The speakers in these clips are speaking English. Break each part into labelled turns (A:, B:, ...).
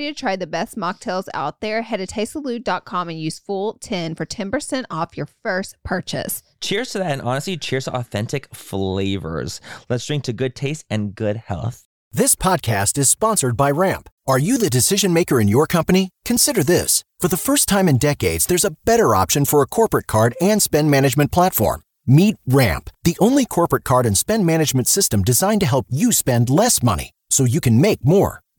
A: to try the best mocktails out there, head to tastesalute.com and use full 10 for 10% off your first purchase.
B: Cheers to that, and honestly, cheers to authentic flavors. Let's drink to good taste and good health.
C: This podcast is sponsored by Ramp. Are you the decision maker in your company? Consider this. For the first time in decades, there's a better option for a corporate card and spend management platform. Meet Ramp, the only corporate card and spend management system designed to help you spend less money so you can make more.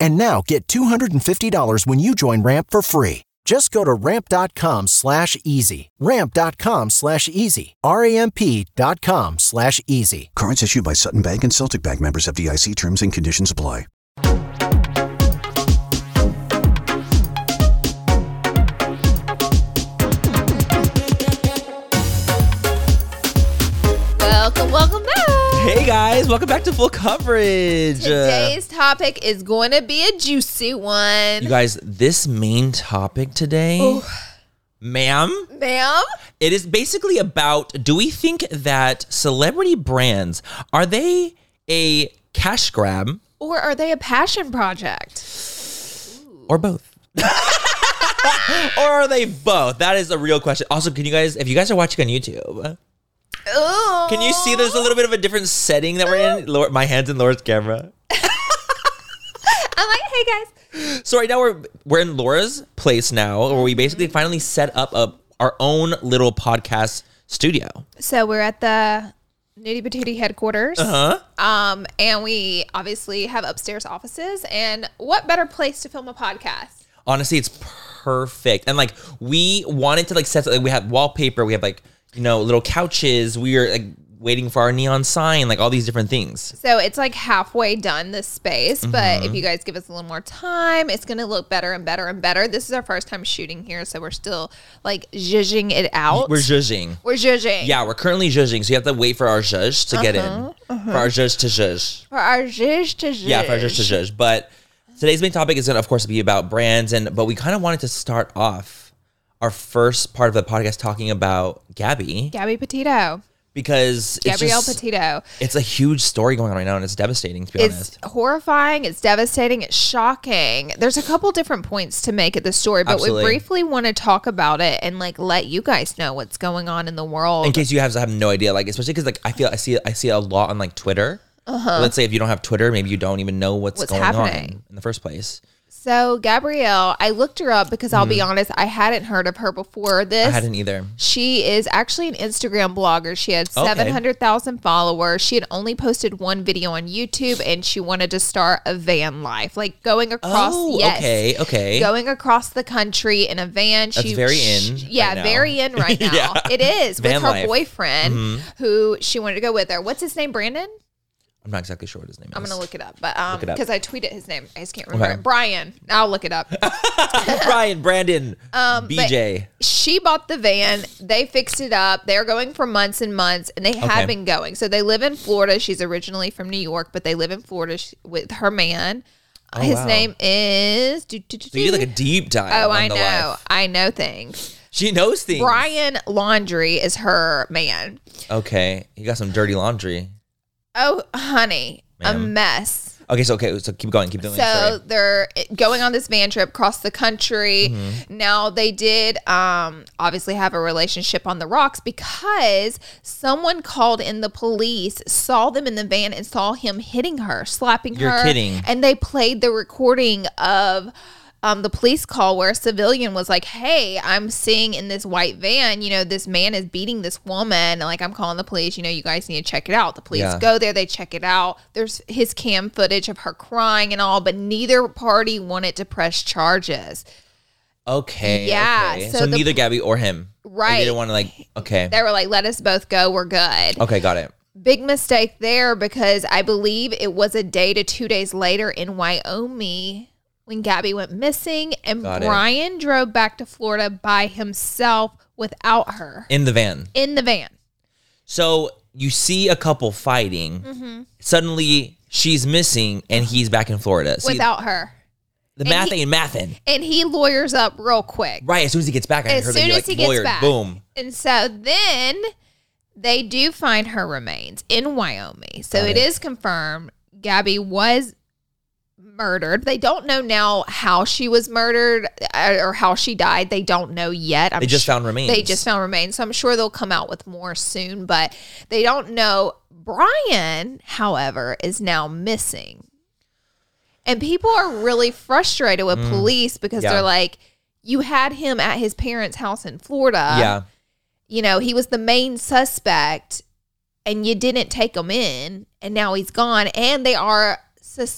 C: And now get $250 when you join Ramp for free. Just go to ramp.com slash easy. Ramp.com slash easy. R-A-M-P dot com slash easy.
D: Cards issued by Sutton Bank and Celtic Bank members of DIC terms and conditions apply.
A: Welcome, welcome back.
B: Hey guys, welcome back to full coverage.
A: Today's topic is going to be a juicy one.
B: you guys, this main topic today, ma'am,
A: Ma'am?
B: it is basically about do we think that celebrity brands are they a cash grab
A: Or are they a passion project?
B: or both? or are they both? That is a real question. Also, can you guys, if you guys are watching on YouTube,
A: Ooh.
B: Can you see there's a little bit of a different setting that we're in? Laura, my hand's in Laura's camera.
A: I'm like, hey guys.
B: So right now we're we're in Laura's place now, where we basically finally set up a, our own little podcast studio.
A: So we're at the Nitty Patootie headquarters.
B: Huh?
A: Um, and we obviously have upstairs offices. And what better place to film a podcast?
B: Honestly, it's perfect. And like we wanted to like set like we have wallpaper, we have like you know little couches. We are like waiting for our neon sign, like all these different things.
A: So it's like halfway done this space, but
B: Mm-hmm.
A: if you guys give us a little more time, it's gonna look better and better and better. This is our first time shooting here, so we're still like zhuzhing it out.
B: We're judging.
A: We're zhuzhing.
B: Yeah, we're currently judging, so you have to wait for our judge to get
A: Uh-huh,
B: in, for our judge to judge.
A: For our zhuzh to zhuzh.
B: Yeah, for judge to judge. But today's main topic is going to, of course, be about brands. And but we kind of wanted to start off our first part of the podcast talking about Gabby
A: Gabby Petito.
B: because it's
A: Gabrielle
B: just-
A: Petito.
B: It's a huge story going on right now, and it's devastating to be honest.
A: It's horrifying. It's devastating. It's shocking. There's a couple different points to make at the story, but
B: Absolutely.
A: we briefly want to talk about it and like let you guys know what's going on in the world.
B: In case you have have no idea, like especially because like I feel I see I see a lot on like Twitter. Let's say if you don't have Twitter, maybe you don't even know what's,
A: Uh-huh. What's
B: going
A: happening.
B: on in the first place.
A: so Gabrielle, I looked her up because I'll be honest, I hadn't heard of her before
B: Mm. I
A: this.
B: hadn't either.
A: She is actually an Instagram blogger. She had
B: Okay.
A: 700,000 followers. She had only posted one video on YouTube and she wanted to start a van life, like going across
B: Oh,
A: yes.
B: okay, okay.
A: Going across the country in a van. She,
B: That's very in
A: sh- yeah,
B: right now.
A: very in right now.
B: Yeah.
A: It is with
B: Van
A: her
B: life. Mm-hmm.
A: boyfriend who she wanted to go with her. What's his name? Brandon?
B: I'm not exactly sure what his name is.
A: I'm gonna look it up, but um,
B: it up.
A: because I tweeted his name, I just can't remember
B: Okay.
A: it. Brian. I'll look it up. Um,
B: Brian, Brandon, BJ.
A: she bought the van. They fixed it up. They're going for months and months, and they
B: Okay.
A: have been going. So they live in Florida. She's originally from New York, but they live in Florida sh- with her man. His
B: Oh, wow.
A: name is. do, do, do,
B: So you did like a
A: do.
B: deep dive.
A: Oh,
B: on
A: I
B: the
A: know.
B: life.
A: I know things.
B: She knows things.
A: Brian Laundry is her man.
B: Okay, he got some dirty laundry.
A: Oh, honey, a
B: Ma'am.
A: mess.
B: Okay, so okay, so keep going, keep doing.
A: so
B: sorry.
A: they're going on this van trip across the country
B: Mm-hmm.
A: now they did um, obviously have a relationship on the rocks because someone called in the police saw them in the van and saw him hitting her slapping
B: You're
A: her
B: kidding.
A: and they played the recording of um, the police call where a civilian was like, Hey, I'm seeing in this white van, you know, this man is beating this woman. Like, I'm calling the police. You know, you guys need to check it out. The police
B: Yeah.
A: go there, they check it out. There's his cam footage of her crying and all, but neither party wanted to press charges.
B: okay,
A: Yeah,
B: okay. So,
A: so the-
B: neither Gabby or him. Like,
A: Right.
B: they didn't want to like. Okay.
A: They were like, Let us both go. We're good.
B: Okay, got it.
A: Big mistake there because I believe it was a day to two days later in Wyoming when Gabby went missing and
B: Got it.
A: Brian drove back to Florida by himself without her
B: In the van.
A: in the van.
B: So you see a couple fighting. Suddenly she's missing and he's back in Florida. See,
A: without her.
B: the math
A: he-
B: ain't mathin'.
A: And he lawyers up real quick.
B: Right, as soon as he gets back, I
A: As
B: heard
A: soon
B: that
A: as
B: like,
A: he gets
B: lawyered.
A: back.
B: Boom.
A: And so then they do find her remains in Wyoming. So
B: Got
A: it
B: it.
A: is confirmed Gabby was murdered. They don't know now how she was murdered uh, or how she died. They don't know yet. I'm
B: They just
A: sure-
B: found remains.
A: They just found remains. So I'm sure they'll come out with more soon, but they don't know. Brian, however, is now missing. And people are really frustrated with police because
B: Mm. Yeah.
A: they're like, you had him at his parents' house in Florida.
B: yeah.
A: You know, he was the main suspect and you didn't take him in and now he's gone. And they are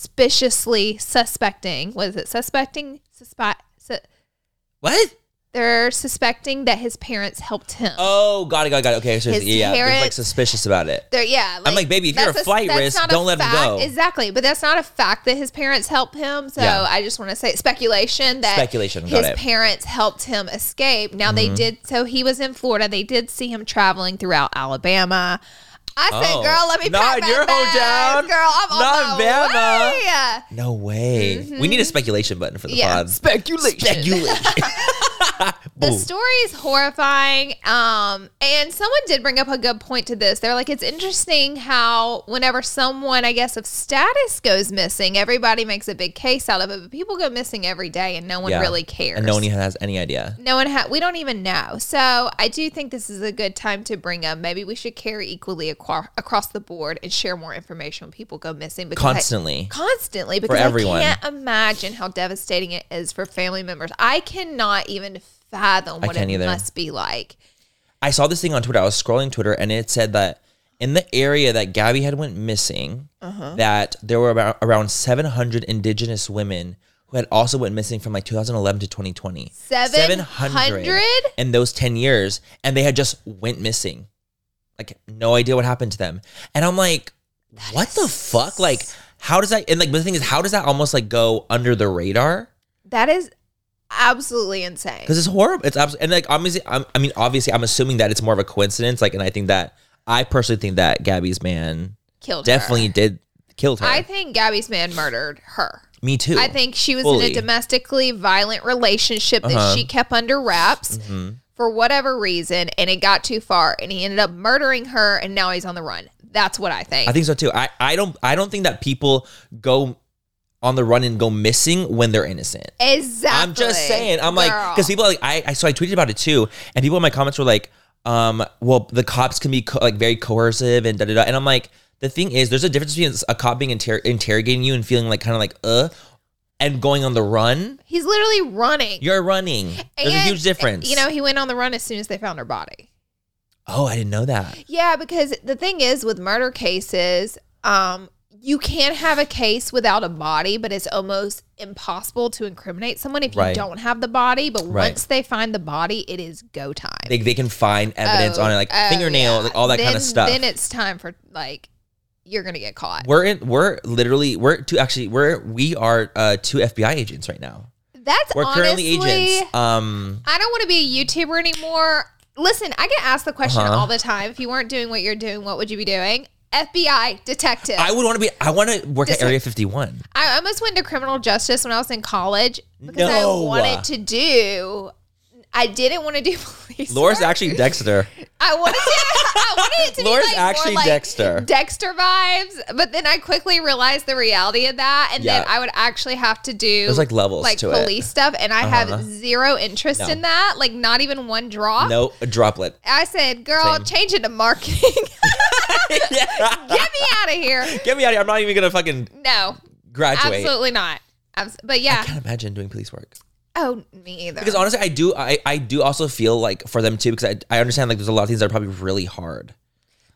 A: suspiciously suspecting. What is it? Suspecting? Suspi- su-
B: What?
A: they're suspecting that his parents helped him.
B: Oh, got it, got it, got it. Okay, so
A: His
B: yeah, they're like
A: parents-
B: suspicious about it.
A: They're, yeah,
B: I'm like, baby, if you're
A: that's
B: a flight
A: that's
B: risk,
A: not a
B: don't let 'em
A: fact-
B: go.
A: Exactly, but that's not a fact that his parents helped him. So
B: Yeah.
A: I just want to say speculation that
B: Speculation, got
A: his
B: it. Mm-hmm.
A: parents helped him escape. Now they did. So he was in Florida. They did see him traveling throughout Alabama. I said,
B: Oh.
A: "Girl, let me
B: Not
A: pack my
B: your
A: bags,
B: hometown.
A: girl. I'm on
B: Not
A: my
B: Bama.
A: way."
B: No way. We need a speculation button for the
A: Mm-hmm. Yeah,
B: pod.
A: speculation.
B: Speculation.
A: The
B: Ooh.
A: story is horrifying. Um, and someone did bring up a good point to this. They're like, it's interesting how whenever someone, I guess, of status goes missing, everybody makes a big case out of it. But people go missing every day, and no one
B: Yeah.
A: really cares.
B: And no one even has any idea.
A: No one ha- we don't even know. So I do think this is a good time to bring up. Maybe we should carry equally acro- across the board and share more information when people go missing. Because I-
B: Constantly.
A: constantly because
B: everyone.
A: I can't imagine how devastating it is for family members. I cannot even fathom
B: I
A: what it
B: can't either.
A: must be like.
B: I saw this thing on Twitter. I was scrolling Twitter and it said that in the area that Gabby had went missing, that there were about around 700 indigenous women who had also went missing from like 2011 to 2020.
A: 700?
B: in those 10 years and they had just went missing. Like no idea what happened to them. And I'm like, what the fuck? Like how does that and like but the thing is how does that almost like go under the radar?
A: That is absolutely insane.
B: Because it's horrible. It's absolutely and like obviously, I'm, I mean, obviously, I'm assuming that it's more of a coincidence. Like, and I think that I personally think that Gabby's man
A: Killed
B: definitely
A: her.
B: did killed her.
A: I think Gabby's man murdered her.
B: Me too.
A: I think she was in
B: Fully.
A: a domestically violent relationship that
B: Uh-huh.
A: she kept under wraps
B: Mhm.
A: for whatever reason, and it got too far, and he ended up murdering her, and now he's on the run. That's what I think.
B: I think so too. I I don't I don't think that people go on the run and go missing when they're innocent.
A: exactly.
B: I'm just saying. I'm like
A: Girl.
B: because people are like I, I so I tweeted about it too, and people in my comments were like, um, well, the cops can be co- like very coercive and da da da, and I'm like. The thing is, there's a difference between a cop being inter- interrogating you and feeling like kind of like uh, and going on the run.
A: he's literally running.
B: You're running. There's a
A: And, eh,
B: huge difference.
A: You know, he went on the run as soon as they found her body.
B: Oh, I didn't know that.
A: Yeah, because the thing is with murder cases, um, you can't have a case without a body, but it's almost impossible to incriminate someone if
B: Right.
A: you don't have the body. But
B: Right.
A: once they find the body, it is go time.
B: They, they can find evidence
A: Oh,
B: on it, like
A: oh,
B: fingernails,
A: yeah.
B: like all that kind
A: Then-
B: of stuff.
A: Then it's time for like you're gonna get caught.
B: We're in, we're literally we're two actually we're we are uh two FBI agents right now.
A: That's
B: We're
A: honestly,
B: currently agents. Um
A: I don't want to be a YouTuber anymore. Listen, I get asked the question
B: Uh-huh.
A: all the time. If you weren't doing what you're doing, what would you be doing? FBI detective.
B: I would want to be I want to work
A: Just
B: at Area 51.
A: I almost went into criminal justice when I was in college because
B: No.
A: I wanted to do. I didn't want to do police.
B: Laura's
A: work.
B: actually Dexter.
A: I wanted to. I wanted it to
B: Laura's
A: be like
B: actually
A: more like
B: Dexter.
A: Dexter vibes, but then I quickly realized the reality of that, and then
B: Yeah.
A: I would actually have to do
B: There's, like, levels
A: like
B: to it.
A: police stuff, and I
B: Uh-huh.
A: have zero interest
B: No.
A: in that. Like not even one drop.
B: no, a droplet.
A: I said, girl,
B: Same.
A: change it to marketing.
B: yeah.
A: Get me out of here.
B: Get me out of here. I'm not even going to fucking
A: No,
B: graduate.
A: absolutely not. Abs- but
B: I
A: yeah.
B: can't imagine doing police work.
A: Oh, me either.
B: Because honestly, I do I, I do also feel like for them too, because I, I understand like there's a lot of things that are probably really hard.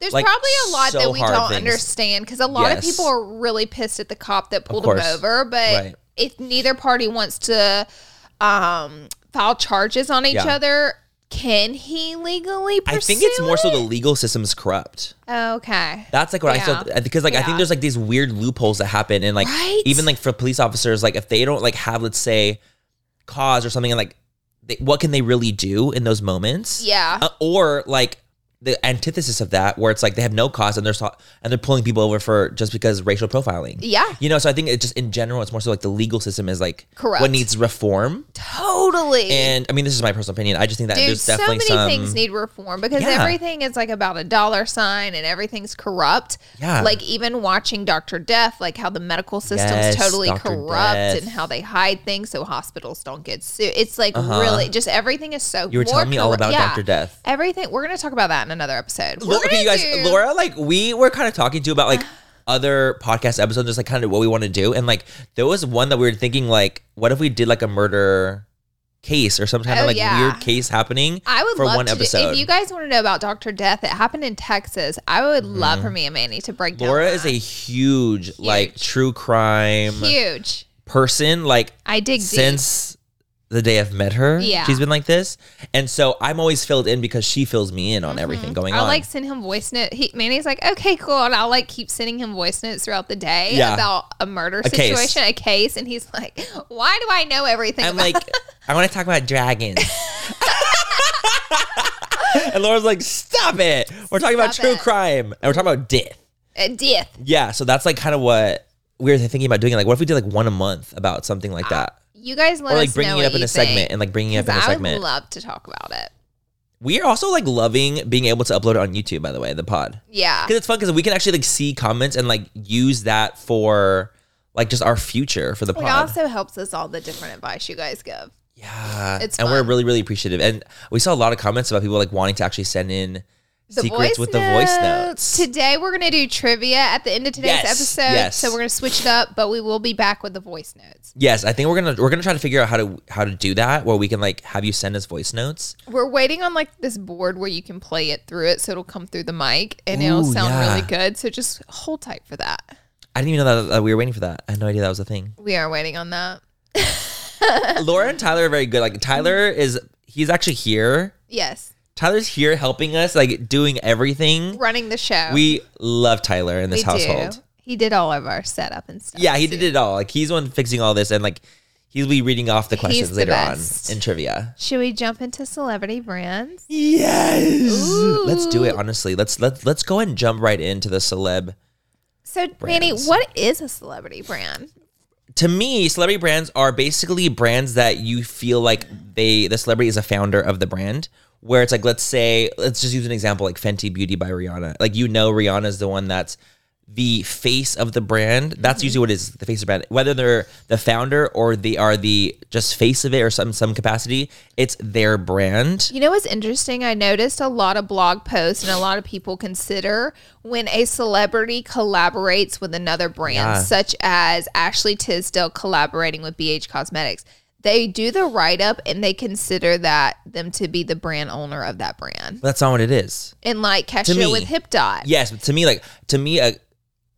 A: There's
B: like,
A: probably a lot
B: so
A: that we
B: hard
A: don't
B: things.
A: understand because a lot
B: Yes.
A: of people are really pissed at the cop that pulled him
B: course.
A: over. But
B: Right.
A: if neither party wants to um, file charges on each
B: Yeah.
A: other, can he legally pursue?
B: I think it's more so
A: it?
B: the legal system's corrupt.
A: okay.
B: That's like what I
A: Yeah.
B: feel because like I think
A: Yeah.
B: there's like these weird loopholes that happen and like
A: Right?
B: even like for police officers like if they don't like have let's say cause or something and like they, what can they really do in those moments?
A: Yeah.
B: Uh, or like the antithesis of that where it's like they have no cause and they're so, and they're pulling people over for just because racial profiling.
A: Yeah.
B: You know, so I think it just in general it's more so like the legal system is like what
A: Correct.
B: needs reform.
A: Totally.
B: And I mean this is my personal opinion. I just think that
A: Dude,
B: there's
A: so
B: definitely
A: many
B: some
A: things need reform because
B: Yeah.
A: everything is like about a dollar sign and everything's corrupt.
B: Yeah.
A: Like even watching Dr. Death, like how the medical system's
B: Yes,
A: totally
B: Dr.
A: corrupt
B: Death.
A: and how they hide things so hospitals don't get sued. It's like
B: Uh-huh.
A: really just everything is so
B: you were
A: more
B: telling me all
A: corru-
B: about
A: yeah.
B: Dr. Death.
A: Everything we're gonna talk about that in another episode. We're
B: Laura, okay,
A: gonna
B: you guys,
A: do-
B: Laura, like we were kind of talking to about like other podcast episodes, just like kind of what we want to do, and like there was one that we were thinking like, what if we did like a murder case or some kind of
A: Oh,
B: like
A: yeah.
B: weird case happening?
A: I would
B: for
A: love
B: one
A: to
B: episode.
A: Do, if you guys want to know about Dr. Death, it happened in Texas. I would love for me and Manny to break down.
B: Mm-hmm. Laura
A: that.
B: is a huge, like
A: Huge.
B: true crime
A: huge.
B: person. Like
A: I dig deep.
B: since the day I've met her,
A: Yeah.
B: she's been like this, and so I'm always filled in because she fills me in on everything going
A: I'll
B: on.
A: Mm-hmm. like send him voice note. He, Manny's like, okay, cool, and I'll like keep sending him voice notes throughout the day
B: Yeah.
A: about a murder
B: A case.
A: situation, a case, and he's like, why do I know everything?
B: I'm
A: about-"
B: like, I want to talk about dragons. and Laura's like, stop it. We're talking about
A: Stop
B: true
A: it.
B: crime and we're talking about death.
A: Uh, death.
B: Yeah. So that's like kind of what we were thinking about doing. Like, what if we did like one a month about something like that?
A: You guys Uh, let
B: or like
A: us
B: bringing
A: know
B: it up
A: what
B: in
A: you
B: a segment
A: think,
B: and like bringing it up in
A: 'cause
B: a
A: I
B: segment.
A: would love to talk about it.
B: we are also like loving being able to upload it on YouTube, by the way, the pod.
A: Yeah,
B: Because it's fun because we can actually like see comments and like use that for like just our future for the
A: it
B: pod.
A: also helps us all the different advice you guys give.
B: Yeah.
A: It's
B: and we're
A: fun.
B: really, really appreciative. And we saw a lot of comments about people like wanting to actually send in
A: The
B: secrets
A: voice
B: with the voice notes.
A: Today we're gonna do trivia at the end of today's
B: Yes,
A: episode,
B: yes.
A: so we're gonna switch it up, but we will be back with the voice notes.
B: yes, I think we're gonna we're gonna try to figure out how to how to do that where we can like have you send us voice notes.
A: We're waiting on like this board where you can play it through it, so it'll come through the mic and it'll
B: Ooh,
A: sound
B: yeah.
A: really good. So just hold tight for that.
B: I didn't even know that, that we were waiting for that. I had no idea that was a thing.
A: We are waiting on that.
B: Laura and Tyler are very good. Like Tyler is he's actually here.
A: Yes,
B: Tyler's here helping us, like doing everything.
A: running the show.
B: We love Tyler in this
A: We
B: household.
A: Do. He did all of our setup and stuff.
B: Yeah, he did
A: too.
B: it all. Like he's the one fixing all this and like he'll be reading off the
A: He's
B: questions
A: the
B: later
A: best.
B: on in trivia.
A: Should we jump into celebrity brands?
B: Yes. Let's do it.
A: Ooh.
B: Honestly, let's let let's go ahead and jump right into the celeb.
A: So, Manny,
B: Brands.
A: what is a celebrity brand?
B: To me, celebrity brands are basically brands that you feel like they the celebrity is a founder of the brand. Where it's like, let's say, let's just use an example like Fenty Beauty by Rihanna. Like you know, Rihanna's the one that's the face of the brand.
A: Mm-hmm.
B: That's usually what it is the face of the brand. Whether they're the founder or they are the just face of it or some some capacity, it's their brand.
A: You know what's interesting? I noticed a lot of blog posts and a lot of people consider when a celebrity collaborates with another brand,
B: Yeah.
A: such as Ashley Tisdale collaborating with BH Cosmetics. They do the write up and they consider that them to be the brand owner of that brand.
B: That's not what it is.
A: And like
B: me,
A: Kesha with Hip Dot.
B: Yes, but to me, like to me, a,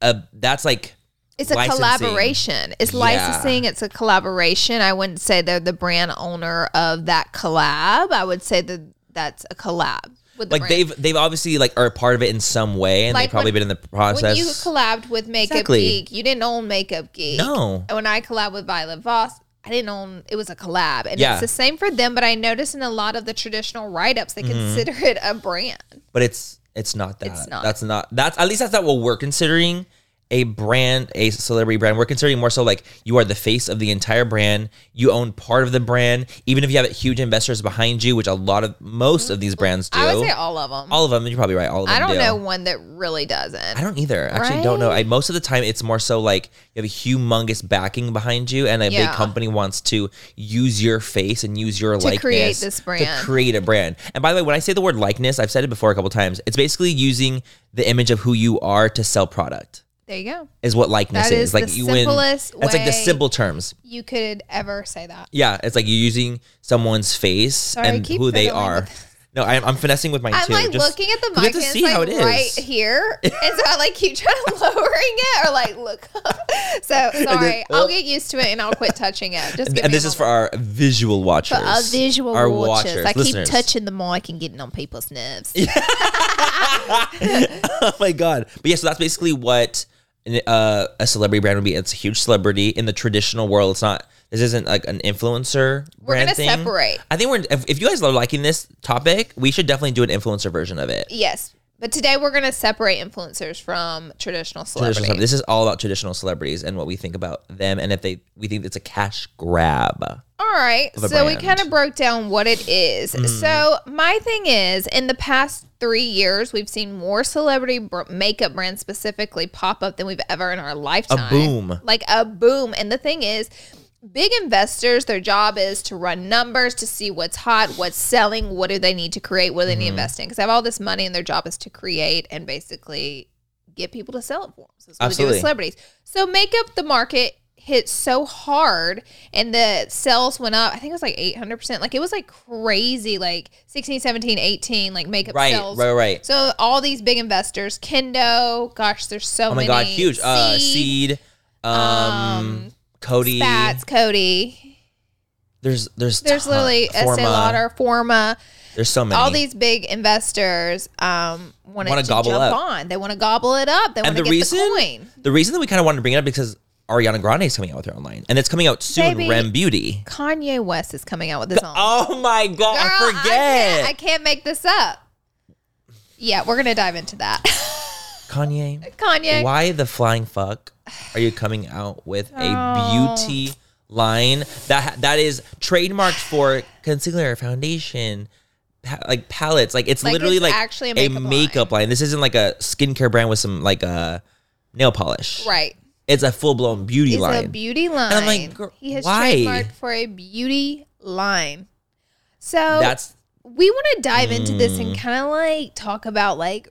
B: a that's like
A: It's a
B: licensing.
A: collaboration. It's
B: Yeah.
A: licensing. It's a collaboration. I wouldn't say they're the brand owner of that collab. I would say that that's a collab. with the
B: like
A: brand.
B: they've they've obviously like are a part of it in some way, and
A: Like
B: they've probably
A: when-
B: been in the
A: when you
B: process.
A: collabed with Makeup
B: Exactly.
A: Geek, you didn't own Makeup Geek.
B: No.
A: And when I collabed with Violet Voss, I didn't own it was a collab. And
B: Yeah.
A: it's the same for them, but I noticed in a lot of the traditional write ups
B: Mm-hmm.
A: they consider it a brand.
B: but it's it's not that.
A: It's not.
B: That's not that's at least that's not what we're considering a brand, a celebrity brand. We're considering more so like you are the face of the entire brand. You own part of the brand, even if you have huge investors behind you, which a lot of most of these brands do.
A: Mm, I would say all of them.
B: all of them. You're probably right. All of them.
A: I don't
B: do.
A: know one that really doesn't.
B: I don't either. Actually, don't know. I most of the time it's more so like you have a humongous backing behind you, and a big
A: Yeah.
B: company wants to use your face and use your likeness
A: create this
B: to
A: brand.
B: create a brand. And by the way, when I say the word likeness, I've said it before a couple times. It's basically using the image of who you are to sell product.
A: there you go.
B: Is what likeness
A: That is
B: like
A: the
B: you win. That's
A: simplest
B: like the
A: way-
B: simple terms.
A: You could ever say that.
B: Yeah, it's like you're using someone's face
A: I
B: and
A: keep
B: who they
A: fiddling
B: are.
A: with this.
B: No, I'm, I'm finessing with mine
A: I'm
B: too.
A: like
B: Just-
A: looking at the
B: you
A: mic and
B: get to
A: it's
B: see how
A: like
B: it is.
A: right here. And so I like keep trying to lowering it or like look up. So sorry. I'll get used to it and I'll quit touching it. Just
B: oh. And,
A: give
B: and
A: me a
B: this is for
A: moment.
B: our visual watchers.
A: For our visual
B: Our
A: watchers. I keep
B: listeners.
A: touching the mic and getting on people's nerves.
B: oh my god! But yeah, so that's basically what uh, a celebrity brand would be. It's a huge celebrity in the traditional world. It's not. This isn't like an influencer.
A: We're
B: brand
A: gonna
B: thing.
A: separate.
B: I think we're. If, if you guys are liking this topic, we should definitely do an influencer version of it.
A: Yes. But today we're going to separate influencers from traditional celebrities.
B: Traditional celeb- This is all about traditional celebrities and what we think about them, and if they we think it's a cash grab.
A: All right.
B: a
A: So we
B: brand. Mm.
A: kind of broke down what it is. So my thing is, in the past three years, we've seen more celebrity br- makeup brands specifically pop up than we've ever in our lifetime.
B: boom.
A: Like a boom. And the thing is, big investors, their job is to run numbers to see what's hot, what's selling, what do they need to create, what do they
B: Mm-hmm.
A: need to invest in. Because they have all this money and their job is to create and basically get people to sell it for them. So that's what we do
B: Absolutely.
A: with celebrities. So makeup, the market hit so hard and the sales went up. I think it was like 800%. Like it was like crazy, like 16, 17, 18, like makeup
B: Right,
A: sales.
B: right, right.
A: So all these big investors, Kendo, gosh, there's so
B: Oh my
A: many.
B: god! Huge. Uh,
A: Seed,
B: seed. Um, Cody.
A: Spats, Cody.
B: There's there's
A: There's
B: ton-
A: literally Estee
B: Forma.
A: Lauder, Forma,
B: There's so many.
A: all these big investors um, want
B: Wanna
A: to
B: gobble
A: jump
B: up.
A: on. They want to gobble it up. They want
B: and
A: to
B: the
A: get
B: reason
A: the coin.
B: the reason that we kind of wanted to bring it up because Ariana Grande is coming out with her own line, and it's coming out soon.
A: Baby.
B: Rem Beauty.
A: Kanye West is coming out with his own.
B: Oh my god!
A: Girl,
B: I forget.
A: can't, I can't make this up. Yeah, we're gonna dive into that.
B: Kanye.
A: Kanye.
B: Why the flying fuck are you coming out with
A: Oh.
B: a beauty line that ha- that is trademarked for concealer, foundation, pa- like palettes? Like it's
A: Like,
B: literally
A: it's
B: like
A: actually a makeup
B: line. This isn't like a skincare brand with some like a nail polish.
A: Right.
B: It's a full blown beauty
A: It's
B: line.
A: a beauty line.
B: I'm like, gr-
A: he has
B: why?
A: trademarked for a beauty line. So
B: That's
A: we want to dive into this and
B: Mm.
A: kind of like talk about like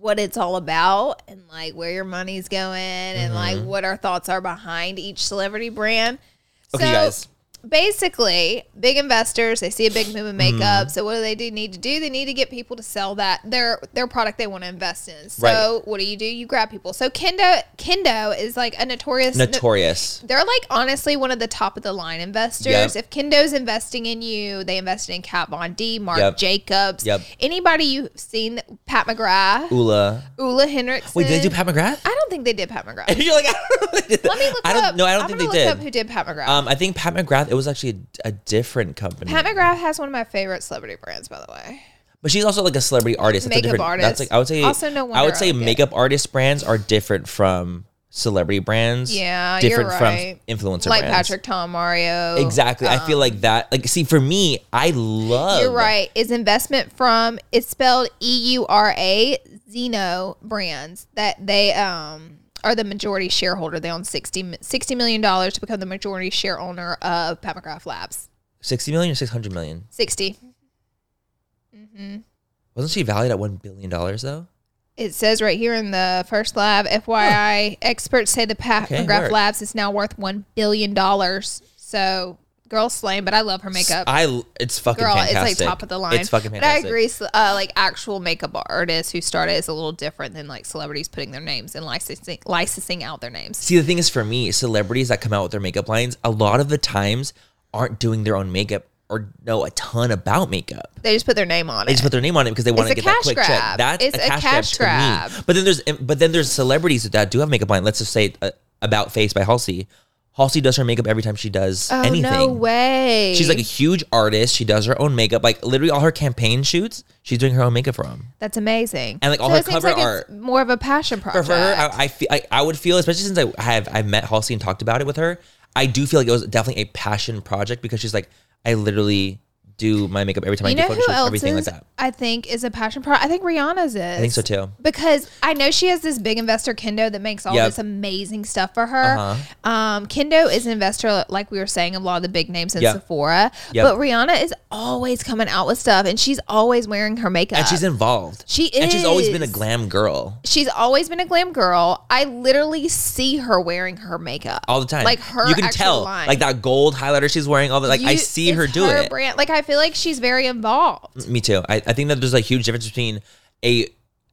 A: what it's all about and like where your money's going and
B: Mm-hmm.
A: like what our thoughts are behind each celebrity brand.
B: okay,
A: So,
B: guys.
A: basically big investors they see a big move in makeup
B: Mm-hmm.
A: so what do they do need to do they need to get people to sell that their their product they want to invest in so
B: Right.
A: what do you do you grab people so kendo kendo is like a notorious
B: Notorious.
A: they're like honestly one of the top of the line investors.
B: Yep.
A: If Kendo's investing in you, they invested in Kat Von D, Mark
B: Yep.
A: Jacobs,
B: Yep.
A: anybody you've seen, Pat McGrath,
B: Ula.
A: Ula Hendrickson.
B: Wait, did they do Pat McGrath?
A: I don't think they did Pat McGrath.
B: You're like, I don't know if they did that.
A: Let me look
B: I don't,
A: up.
B: No, I don't
A: I'm
B: think
A: gonna
B: they
A: look
B: did.
A: Up who did Pat McGrath?
B: Um, I think Pat McGrath. It was actually a, a different company.
A: Pat McGrath has one of my favorite celebrity brands, by the way.
B: but she's also like a celebrity artist. That's a
A: Makeup
B: different- That's
A: artist.
B: like I would say.
A: Also, no
B: I
A: wonder
B: would
A: I
B: say
A: like it.
B: makeup artist brands are different from celebrity brands.
A: Yeah, you're
B: different
A: right.
B: from influencer
A: like
B: brands.
A: Patrick Tom Mario.
B: Exactly. I feel like that. Like, see, for me, I love.
A: You're right. Is investment from it's spelled E U R A Zeno brands that they um are the majority shareholder. They own 60, mi- $60 million dollars to become the majority share owner of Pat McGrath Labs.
B: Sixty million or six hundred million.
A: Sixty. Mm-hmm.
B: Wasn't she valued at one billion dollars though?
A: It says right here in the first lab, FYI, experts say the Pat
B: Okay,
A: McGrath
B: work.
A: Labs is now worth one billion dollars. So girl slain, but I love her makeup.
B: I. It's fucking
A: girl
B: fantastic.
A: it's like top of the line
B: It's fucking
A: but
B: fantastic.
A: i agree so, uh, like actual makeup artists who started is a little different than like celebrities putting their names and licensing licensing out their names
B: See, the thing is, for me, celebrities that come out with their makeup lines, a lot of the times aren't doing their own makeup. or know a ton about makeup.
A: They just put their name on
B: They
A: it.
B: just put their name on it because they want
A: It's
B: to
A: a
B: get that
A: cash
B: quick check.
A: grab.
B: That's
A: It's
B: a cash, grab, to me.
A: grab.
B: But then there's but then there's celebrities that do have makeup on. Let's just say uh, about face by Halsey. Halsey does her makeup every time she does
A: oh
B: anything.
A: no way.
B: She's like a huge artist. She does her own makeup. Like literally all her campaign shoots, she's doing her own makeup for them.
A: That's amazing.
B: And, like, all
A: So
B: her
A: it seems
B: cover
A: like
B: art.
A: It's more of a passion
B: For,
A: project.
B: for her, I, I feel I, I would feel, especially since I have I've met Halsey and talked about it with her. I do feel like it was definitely a passion project because she's like, I literally do my makeup every time
A: you know
B: I do photo
A: who
B: shoots,
A: else
B: everything
A: is,
B: like that.
A: I think is a passion project. I think Rihanna's is.
B: I think so too.
A: Because I know she has this big investor Kendo that makes all
B: Yep. Uh-huh.
A: this amazing stuff for her. Um, Kendo is an investor, like we were saying, of a lot of the big names in
B: Yep.
A: Sephora.
B: Yep.
A: But Rihanna is always coming out with stuff, and she's always wearing her makeup.
B: And she's involved.
A: uh, She
B: And she's always been a
A: is.
B: glam girl
A: She's always been a glam girl. I literally see her wearing her makeup
B: all the time.
A: Like her,
B: you can
A: actual
B: tell,
A: line.
B: like that gold highlighter she's wearing. All that, like I
A: You-
B: see
A: it's
B: her do it.
A: Brand. Like I feel like she's very involved.
B: Me too. I, I think that there's a huge difference between a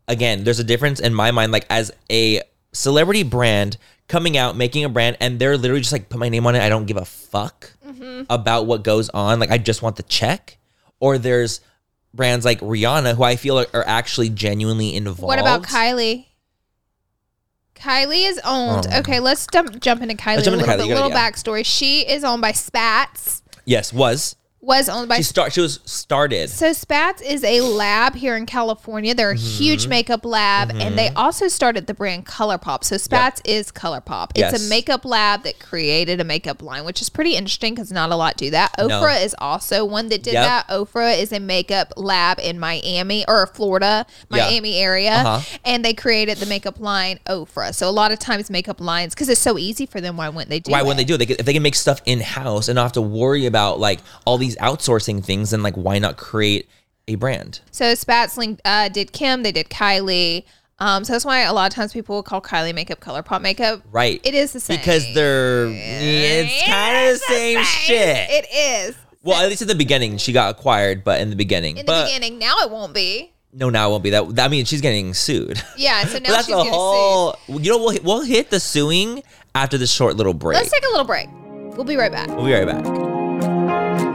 B: again, there's a difference in my mind, like as a celebrity brand coming out, making a brand, and they're literally just like put my name on it. I don't give a fuck
A: Mm-hmm.
B: about what goes on. Like I just want the check. Or there's brands like Rihanna who I feel are, are actually genuinely Mm. involved.
A: What about Kylie? Kylie is owned.
B: Oh.
A: okay, let's dump, jump into Kylie.
B: Let's jump
A: a
B: into
A: little,
B: Kylie.
A: bit.
B: You gotta-
A: little
B: yeah.
A: backstory. She is owned by Spats.
B: Yes, was.
A: Was owned by
B: She start she was started.
A: So Spats is a lab here in California. They're a
B: Mm-hmm.
A: huge makeup lab, and they also started the brand ColourPop. So Spats is ColourPop. It's
B: Yes.
A: a makeup lab that created a makeup line, which is pretty interesting because not a lot do that.
B: No.
A: Ofra is also one that did
B: Yep.
A: that. Ofra is a makeup lab in Miami or Florida,
B: Yeah.
A: Miami area,
B: Uh-huh.
A: and they created the makeup line Ofra. So a lot of times makeup lines because it's so easy for them. Why wouldn't they do?
B: why
A: it?
B: wouldn't they do it? They could, if they can make stuff in house and not have to worry about like all these outsourcing things, then like why not create a brand?
A: So Spatzling uh, did Kim, they did Kylie. Um, so that's why a lot of times people will call Kylie makeup color pop makeup.
B: Right.
A: It is the same.
B: because they're it's kind of the same, shit.
A: It is.
B: well, at least at the beginning, she got acquired, but in the beginning,
A: In the
B: but
A: beginning, now it won't be.
B: no, now it won't be that. I mean, she's getting sued.
A: Yeah, so
B: But
A: now
B: that's
A: she's
B: a
A: going to
B: whole. You know, we'll hit- we'll hit the suing after this short little break.
A: Let's take a little break. We'll be right back.
B: we'll be right back.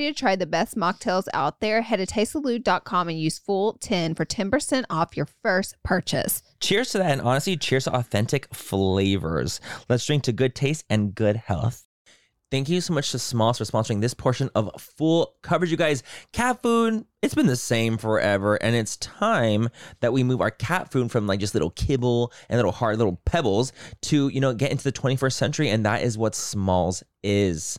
A: to try the best mocktails out there, head to tastesalute.com and use full 10 for 10% off your first purchase.
B: Cheers to that, and honestly, cheers to authentic flavors. Let's drink to good taste and good health. Thank you so much to Smalls for sponsoring this portion of full coverage, you guys. Cat food, it's been the same forever, and it's time that we move our cat food from like just little kibble and little hard little pebbles to, you know, get into the 21st century, and that is what Smalls is.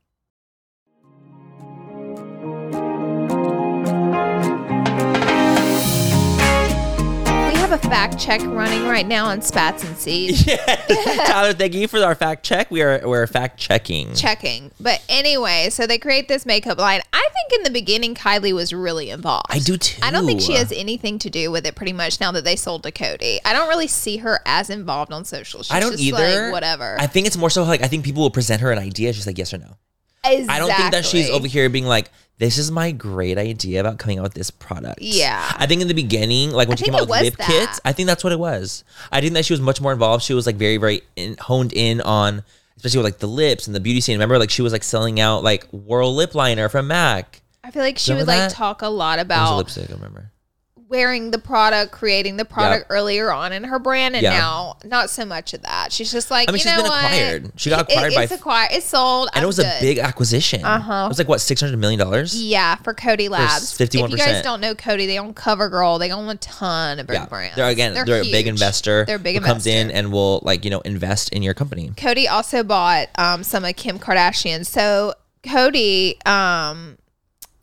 A: We have a fact check running right now on Spats and Seeds.
B: Tyler, thank you for our fact check. We are we're fact checking.
A: Checking. But anyway, so they create this makeup line. I think in the beginning, Kylie was really involved.
B: I do too.
A: I don't think she has anything to do with it pretty much now that they sold to Cody. I don't really see her as involved on social. She's
B: I don't
A: just
B: either.
A: Like, whatever.
B: I think it's more so like I think people will present her an idea. She's like yes or no.
A: exactly.
B: I don't think that she's over here being like this is my great idea about coming out with this product.
A: Yeah.
B: I think in the beginning, like when
A: I
B: she
A: think
B: came out
A: it
B: with
A: was
B: lip
A: that.
B: kits, I think that's what it was. I think that she was much more involved. She was like very very in, honed in on especially with like the lips and the beauty scene. Remember like she was like selling out like Whirl lip liner from MAC.
A: I feel like she
B: Remember
A: would like
B: that?
A: talk a lot
B: That was a
A: about
B: lipstick, I remember.
A: wearing the product, creating the product
B: Yep.
A: earlier on in her brand, and
B: Yeah.
A: now not so much of that. She's just like,
B: I mean,
A: you
B: she's
A: know
B: been
A: what?
B: acquired. She got acquired
A: it,
B: by
A: it's acquired. It's sold.
B: and
A: I'm
B: it was
A: good.
B: a big acquisition.
A: Uh-huh.
B: It was like what six hundred million dollars.
A: Yeah, for Cody Labs. if you
B: 51%.
A: guys don't know Cody, they own CoverGirl. They own a ton of big brands.
B: they're again, they're, a big
A: huge.
B: investor.
A: They're a big
B: who comes in
A: investor.
B: and will like you know invest in your company.
A: Cody also bought um, some of Kim Kardashian. So Cody, um,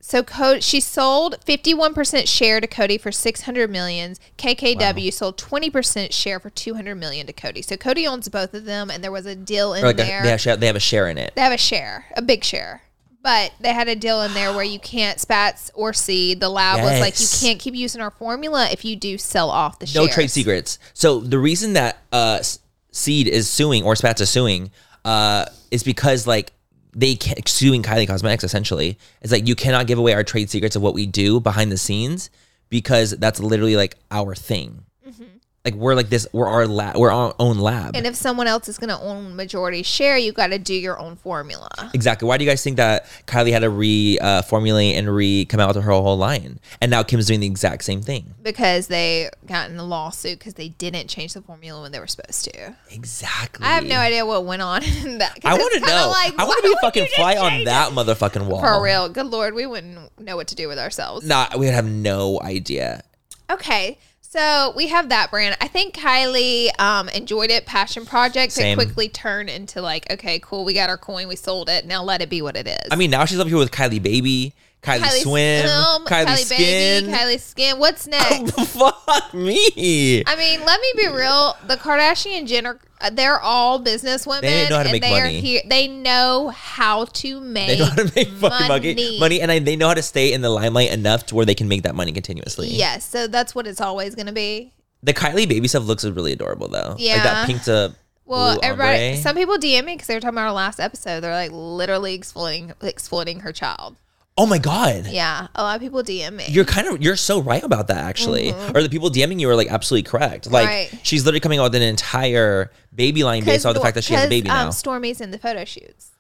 A: so Co- she sold fifty one percent share to Cody for six hundred millions. KKW sold twenty percent share for two hundred million to Cody. So Cody owns both of them, and there was a deal in
B: Or, like a-
A: there.
B: they actually have, they have a share in it.
A: they have a share, a big share. But they had a deal in there where you can't spats or seed. The lab was like, you
B: Yes.
A: can't keep using our formula if you do sell off the
B: no
A: shares.
B: trade secrets. So the reason that uh, S- Seed is suing or Spats is suing uh, is because like they ca suing Kylie Cosmetics essentially. It's like you cannot give away our trade secrets of what we do behind the scenes because that's literally like our thing.
A: Mm-hmm.
B: Like we're like this. We're our lab. We're our own lab.
A: And if someone else is going to own majority share, you got to do your own formula.
B: Exactly. Why do you guys think that Kylie had to re uh, formulate and re come out with her whole line, and now Kim's doing the exact same thing?
A: because they got in a lawsuit because they didn't change the formula when they were supposed to.
B: Exactly.
A: I have no idea what went on in that. 'cause
B: I
A: it's
B: want to
A: kinda
B: know.
A: like, why
B: I want to be
A: would
B: fucking
A: you just
B: fly on
A: change
B: that motherfucking
A: it?
B: wall.
A: For real, good lord, we wouldn't know what to do with ourselves.
B: Nah, we would have no idea.
A: Okay, so we have that brand. I think Kylie um, enjoyed it. Passion project that
B: Same.
A: quickly turned into like, okay, cool, we got our coin, we sold it. Now let it be what it is.
B: I mean, now she's up here with Kylie Baby, Kylie,
A: Kylie
B: Swim, Kylie, Skin.
A: Baby, Kylie Skin. What's next?
B: Fuck me.
A: I mean, let me be real. The Kardashian Jenner, they're all business women.
B: They know how to
A: and
B: make
A: they
B: money.
A: Are here, they know how to make.
B: they know how to make fucking money,
A: money.
B: money and I, they know how to stay in the limelight enough to where they can make that money continuously.
A: Yes, so that's what it's always going to be.
B: The Kylie Baby stuff looks really adorable though. Like
A: Yeah.
B: that pink to
A: Well,
B: blue
A: everybody.
B: ombre.
A: Some people DM me because they were talking about our last episode. They're like literally exploiting exploiting her child.
B: Oh my god.
A: Yeah, a lot of people DM me.
B: You're kind of you're so right about that actually. Or the people DMing you are like absolutely correct. Like
A: Mm-hmm. Right.
B: she's literally coming out with an entire baby line
A: 'Cause
B: based on the
A: Nor-
B: fact that she has a
A: 'cause,
B: baby now.
A: Um, Stormy's in the photo shoots.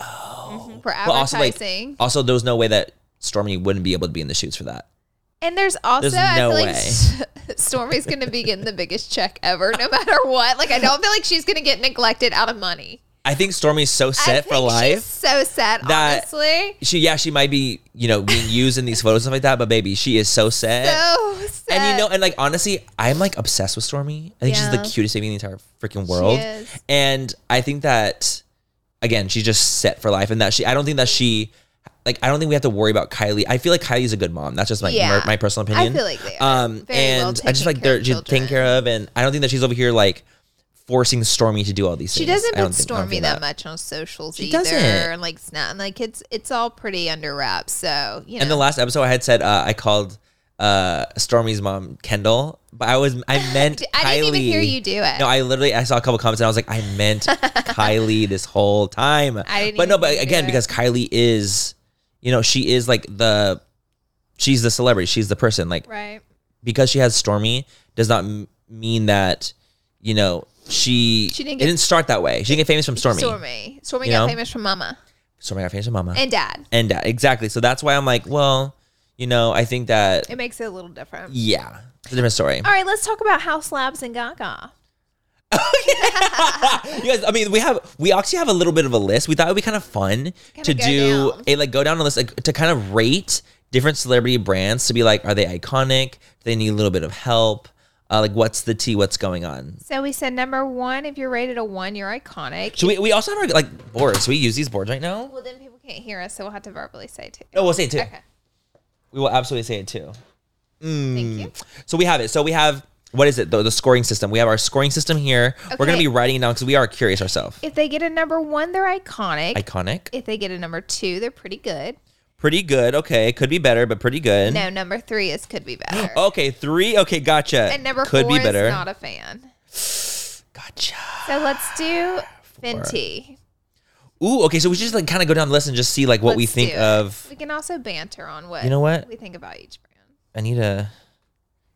A: Oh, for
B: But also like
A: advertising.
B: also there was no way that Stormy wouldn't be able to be in the shoots for that.
A: And there's also
B: There's
A: I
B: no
A: feel
B: way.
A: like S- Stormy's going to be getting the biggest check ever, no matter what. Like I don't feel like she's going to get neglected out of money.
B: I think Stormy's so
A: I
B: set
A: think
B: for life.
A: She's so sad,
B: that-
A: honestly.
B: she yeah, she might be, you know, being used in these photos and stuff like that, but baby, she is so set.
A: So sad.
B: And you know, and like honestly, I'm like obsessed with Stormy. I think she's
A: Yeah.
B: the cutest baby in the entire freaking world.
A: is.
B: And I think that again, she's just set for life, and that she. I don't think that she. Like I don't think we have to worry about Kylie. I feel like Kylie's a good mom. That's just my
A: Yeah.
B: my, my personal
A: I
B: opinion.
A: feel like they are
B: um,
A: very well
B: and I
A: taking
B: just like
A: care
B: they're
A: of
B: just taken
A: children.
B: care of, and I don't think that she's over here like forcing Stormy to do all these
A: she
B: things.
A: doesn't
B: I don't
A: put
B: think- I don't
A: Stormy
B: feel
A: that, much on socials
B: She
A: either,
B: doesn't.
A: and like snap, and like it's it's all pretty under wraps. So you know,
B: And the last episode, I had said uh, I called uh, Stormy's mom Kendall, but I was I meant
A: I didn't even
B: Kylie.
A: hear you do it.
B: No, I literally I saw a couple comments and I was like, I meant Kylie this whole time.
A: I didn't
B: but no,
A: even
B: but
A: hear
B: again,
A: it.
B: because Kylie is, you know, she is like the, she's the celebrity, she's the person. Like
A: right?
B: because she has Stormy does not m- mean that, you know, she
A: She
B: didn't,
A: didn't get-
B: didn't start that way. She didn't get famous from Stormy.
A: Stormy, Stormy
B: You
A: got
B: know?
A: famous from Mama.
B: So my God, Financial Mama.
A: and dad.
B: and dad. Exactly. So that's why I'm like, well, you know, I think that
A: It makes it a little different.
B: yeah, it's a different story.
A: All right, let's talk about House Labs and Gaga.
B: you guys, I mean, we have we actually have a little bit of a list. We thought it would be kind of fun
A: Kinda
B: to
A: go
B: do
A: down.
B: a like go down a list like, to kind of rate different celebrity brands to be like, are they iconic? Do they need a little bit of help? Uh, like, what's the tea? What's going on?
A: So we said number one, if you're rated a one, you're iconic.
B: So we, we also have our like boards. We use these boards right now.
A: well, then people can't hear us, so we'll have to verbally say two.
B: No, we'll say it too.
A: Okay,
B: We will absolutely say it too. Mm.
A: thank you.
B: So we have it. So we have what is it? The, the scoring system. We have our scoring system here. We're gonna
A: Okay.
B: be writing it down because we are curious ourselves.
A: If they get a number one, they're iconic.
B: Iconic.
A: if they get a number two, they're pretty good.
B: Pretty good. Okay, could be better, but pretty good.
A: No, number three is could be better.
B: Okay, three. Okay, gotcha.
A: and number
B: could
A: four
B: be better.
A: is not a fan.
B: gotcha.
A: So let's do Fenty.
B: Ooh. Okay, so we should just like kind of go down the list and just see like what we
A: Let's
B: think
A: do it.
B: of.
A: We can also banter on what
B: You know what?
A: we think about each brand.
B: I need to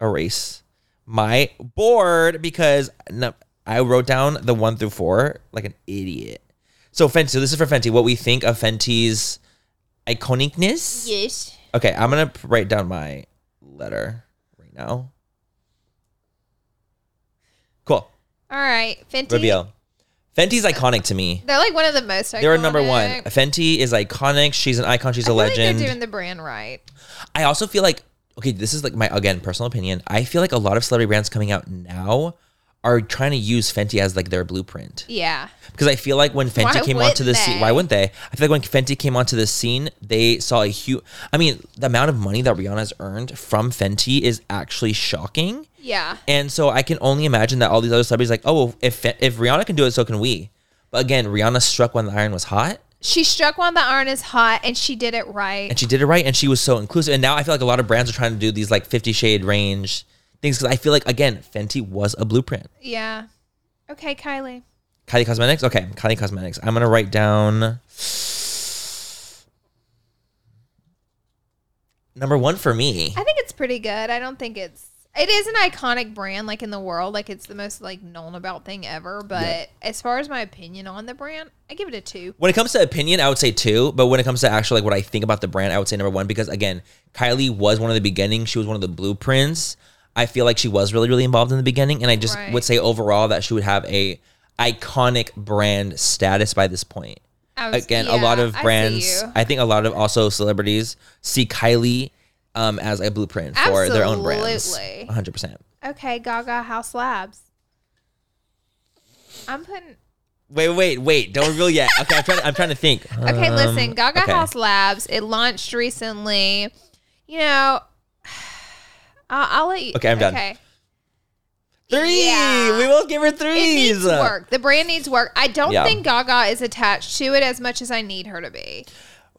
B: erase my board because no, I wrote down the one through four like an idiot. So Fenty. So this is for Fenty. What we think of Fenty's iconicness.
A: Yes.
B: Okay, I'm gonna p- write down my letter right now. Cool.
A: All right, Fenty.
B: Reveal. Fenty's iconic to me.
A: They're like one of the most. Iconic.
B: They were number one. Fenty is iconic. She's an icon. She's
A: I
B: a
A: feel like
B: legend.
A: they're doing the brand right.
B: I also feel like okay, this is like my again personal opinion. I feel like a lot of celebrity brands coming out now are trying to use Fenty as like their blueprint.
A: Yeah.
B: Because I feel like when Fenty
A: Why
B: came onto the
A: wouldn't
B: scene,
A: they?
B: why wouldn't they? I feel like when Fenty came onto the scene, they saw a huge. I mean, the amount of money that Rihanna's earned from Fenty is actually shocking.
A: Yeah.
B: And so I can only imagine that all these other celebrities, like, oh, well, if if Rihanna can do it, so can we. But again, Rihanna struck when the iron was hot,
A: She struck one that iron is hot, and she did it right.
B: and she did it right, and she was so inclusive. And now I feel like a lot of brands are trying to do these like Fifty Shade range things because I feel like again, Fenty was a blueprint.
A: yeah. Okay, Kylie.
B: Kylie Cosmetics. Okay, Kylie Cosmetics. I'm gonna write down number one for me.
A: I think it's pretty good. I don't think it's. It is an iconic brand, like in the world, like it's the most like known about thing ever. But as far as my opinion on the brand, I give it a two.
B: When it comes to opinion, I would say two. But when it comes to actual like what I think about the brand, I would say number one because again, Kylie was one of the beginning. She was one of the blueprints. I feel like she was really, really involved in the beginning, and I just
A: Right.
B: would say overall that she would have a iconic brand status by this point.
A: I was-
B: again a
A: yeah,
B: lot of
A: I see
B: brands
A: you.
B: I, think a lot of also celebrities see kylie um, as a blueprint for their own brands
A: Absolutely.
B: 100%
A: Okay, Gaga House Labs. I'm putting.
B: wait wait wait don't reveal yet okay i'm trying, I'm trying to think
A: Okay,
B: Um,
A: listen, Gaga
B: okay.
A: House Labs. It launched recently. You know, I'll, I'll let you.
B: Okay, I'm done. three
A: Yeah.
B: we will give her
A: It
B: threes
A: needs work. The brand needs work. I don't
B: Yeah.
A: think Gaga is attached to it as much as I need her to be.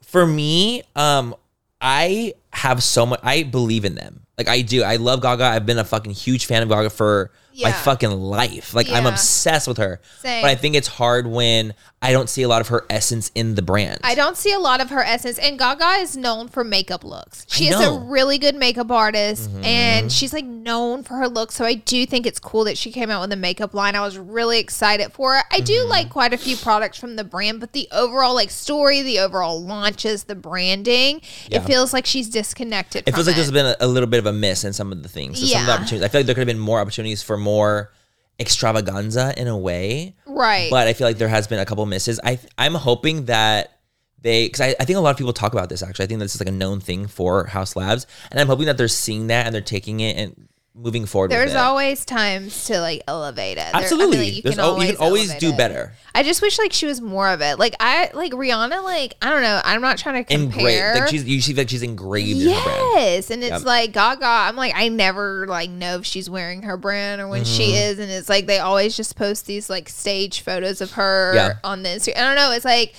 B: for me um i have so much i believe in them like i do i love gaga i've been a fucking huge fan of gaga for my
A: Yeah.
B: fucking life like i'm
A: Yeah.
B: obsessed with her
A: Same.
B: but i think it's hard when i don't see a lot of her essence in the brand
A: I don't see a lot of her essence. And Gaga is known for makeup looks. She is
B: know. Mm-hmm.
A: a really good makeup artist and she's like known for her looks. So I do think it's cool that she came out with a makeup line. I was really excited for it. I do
B: Mm-hmm.
A: like quite a few products from the brand, but the overall like story, the overall launches, the branding,
B: Yeah.
A: it feels like she's disconnected.
B: It feels like
A: it.
B: there's been a, a little bit of a miss in some of the things, in some of the
A: Yeah.
B: opportunities. I feel like there could have been more opportunities for more extravaganza in a way,
A: right.
B: but I feel like there has been a couple misses. I I'm hoping that they, because I, I think a lot of people talk about this actually. I think this is like a known thing for House Labs, and I'm hoping that they're seeing that and they're taking it and moving forward.
A: There's
B: with it.
A: always times to like elevate it. There- I feel
B: absolutely
A: like
B: There's al- you can always
A: elevate
B: do
A: it.
B: better.
A: I just wish like she was more of it. Like I like Rihanna. Like I don't know. I'm not trying to
B: Engraved,
A: compare.
B: like she's you see like she's engraved in her brand.
A: yes, and it's
B: Yep.
A: like Gaga. I'm like I never like know if she's wearing her brand or when she
B: Mm-hmm.
A: is, and it's like they always just post these like stage photos of her
B: Yeah.
A: on the Instagram. I don't know. It's like.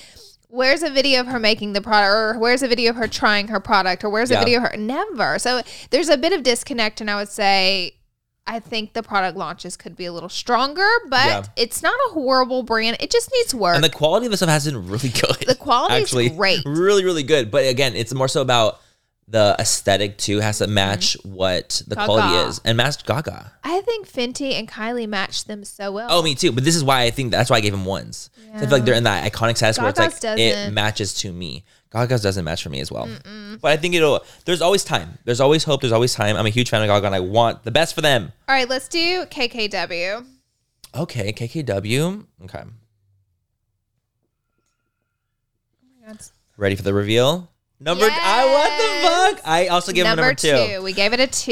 A: Where's a video of her making the product, or where's a video of her trying her product, or where's
B: Yeah.
A: a video of her? Never. So there's a bit of disconnect, and I would say I think the product launches could be a little stronger, but
B: Yeah.
A: it's not a horrible brand. It just needs work.
B: And the quality of the stuff has been really good.
A: The quality is
B: actually
A: great.
B: Really, really good. But again, it's more so about the aesthetic too has to match what the
A: Mm-hmm. Gaga.
B: quality is and match Gaga.
A: I think Fenty and Kylie match them so well.
B: Oh, me too. But this is why I think that's why I gave him ones. So I feel like they're in that iconic status where it's
A: Gaga's
B: like it
A: doesn't.
B: matches to me. Gaga's doesn't match for me as well. But I think it'll. There's always time. There's always hope. There's always time. I'm a huge fan of Gaga, and I want the best for them.
A: All right, let's do KKW.
B: Okay, KKW. Okay, ready for the reveal? Number. I what the fuck? I also gave him a number two.
A: We gave it a two.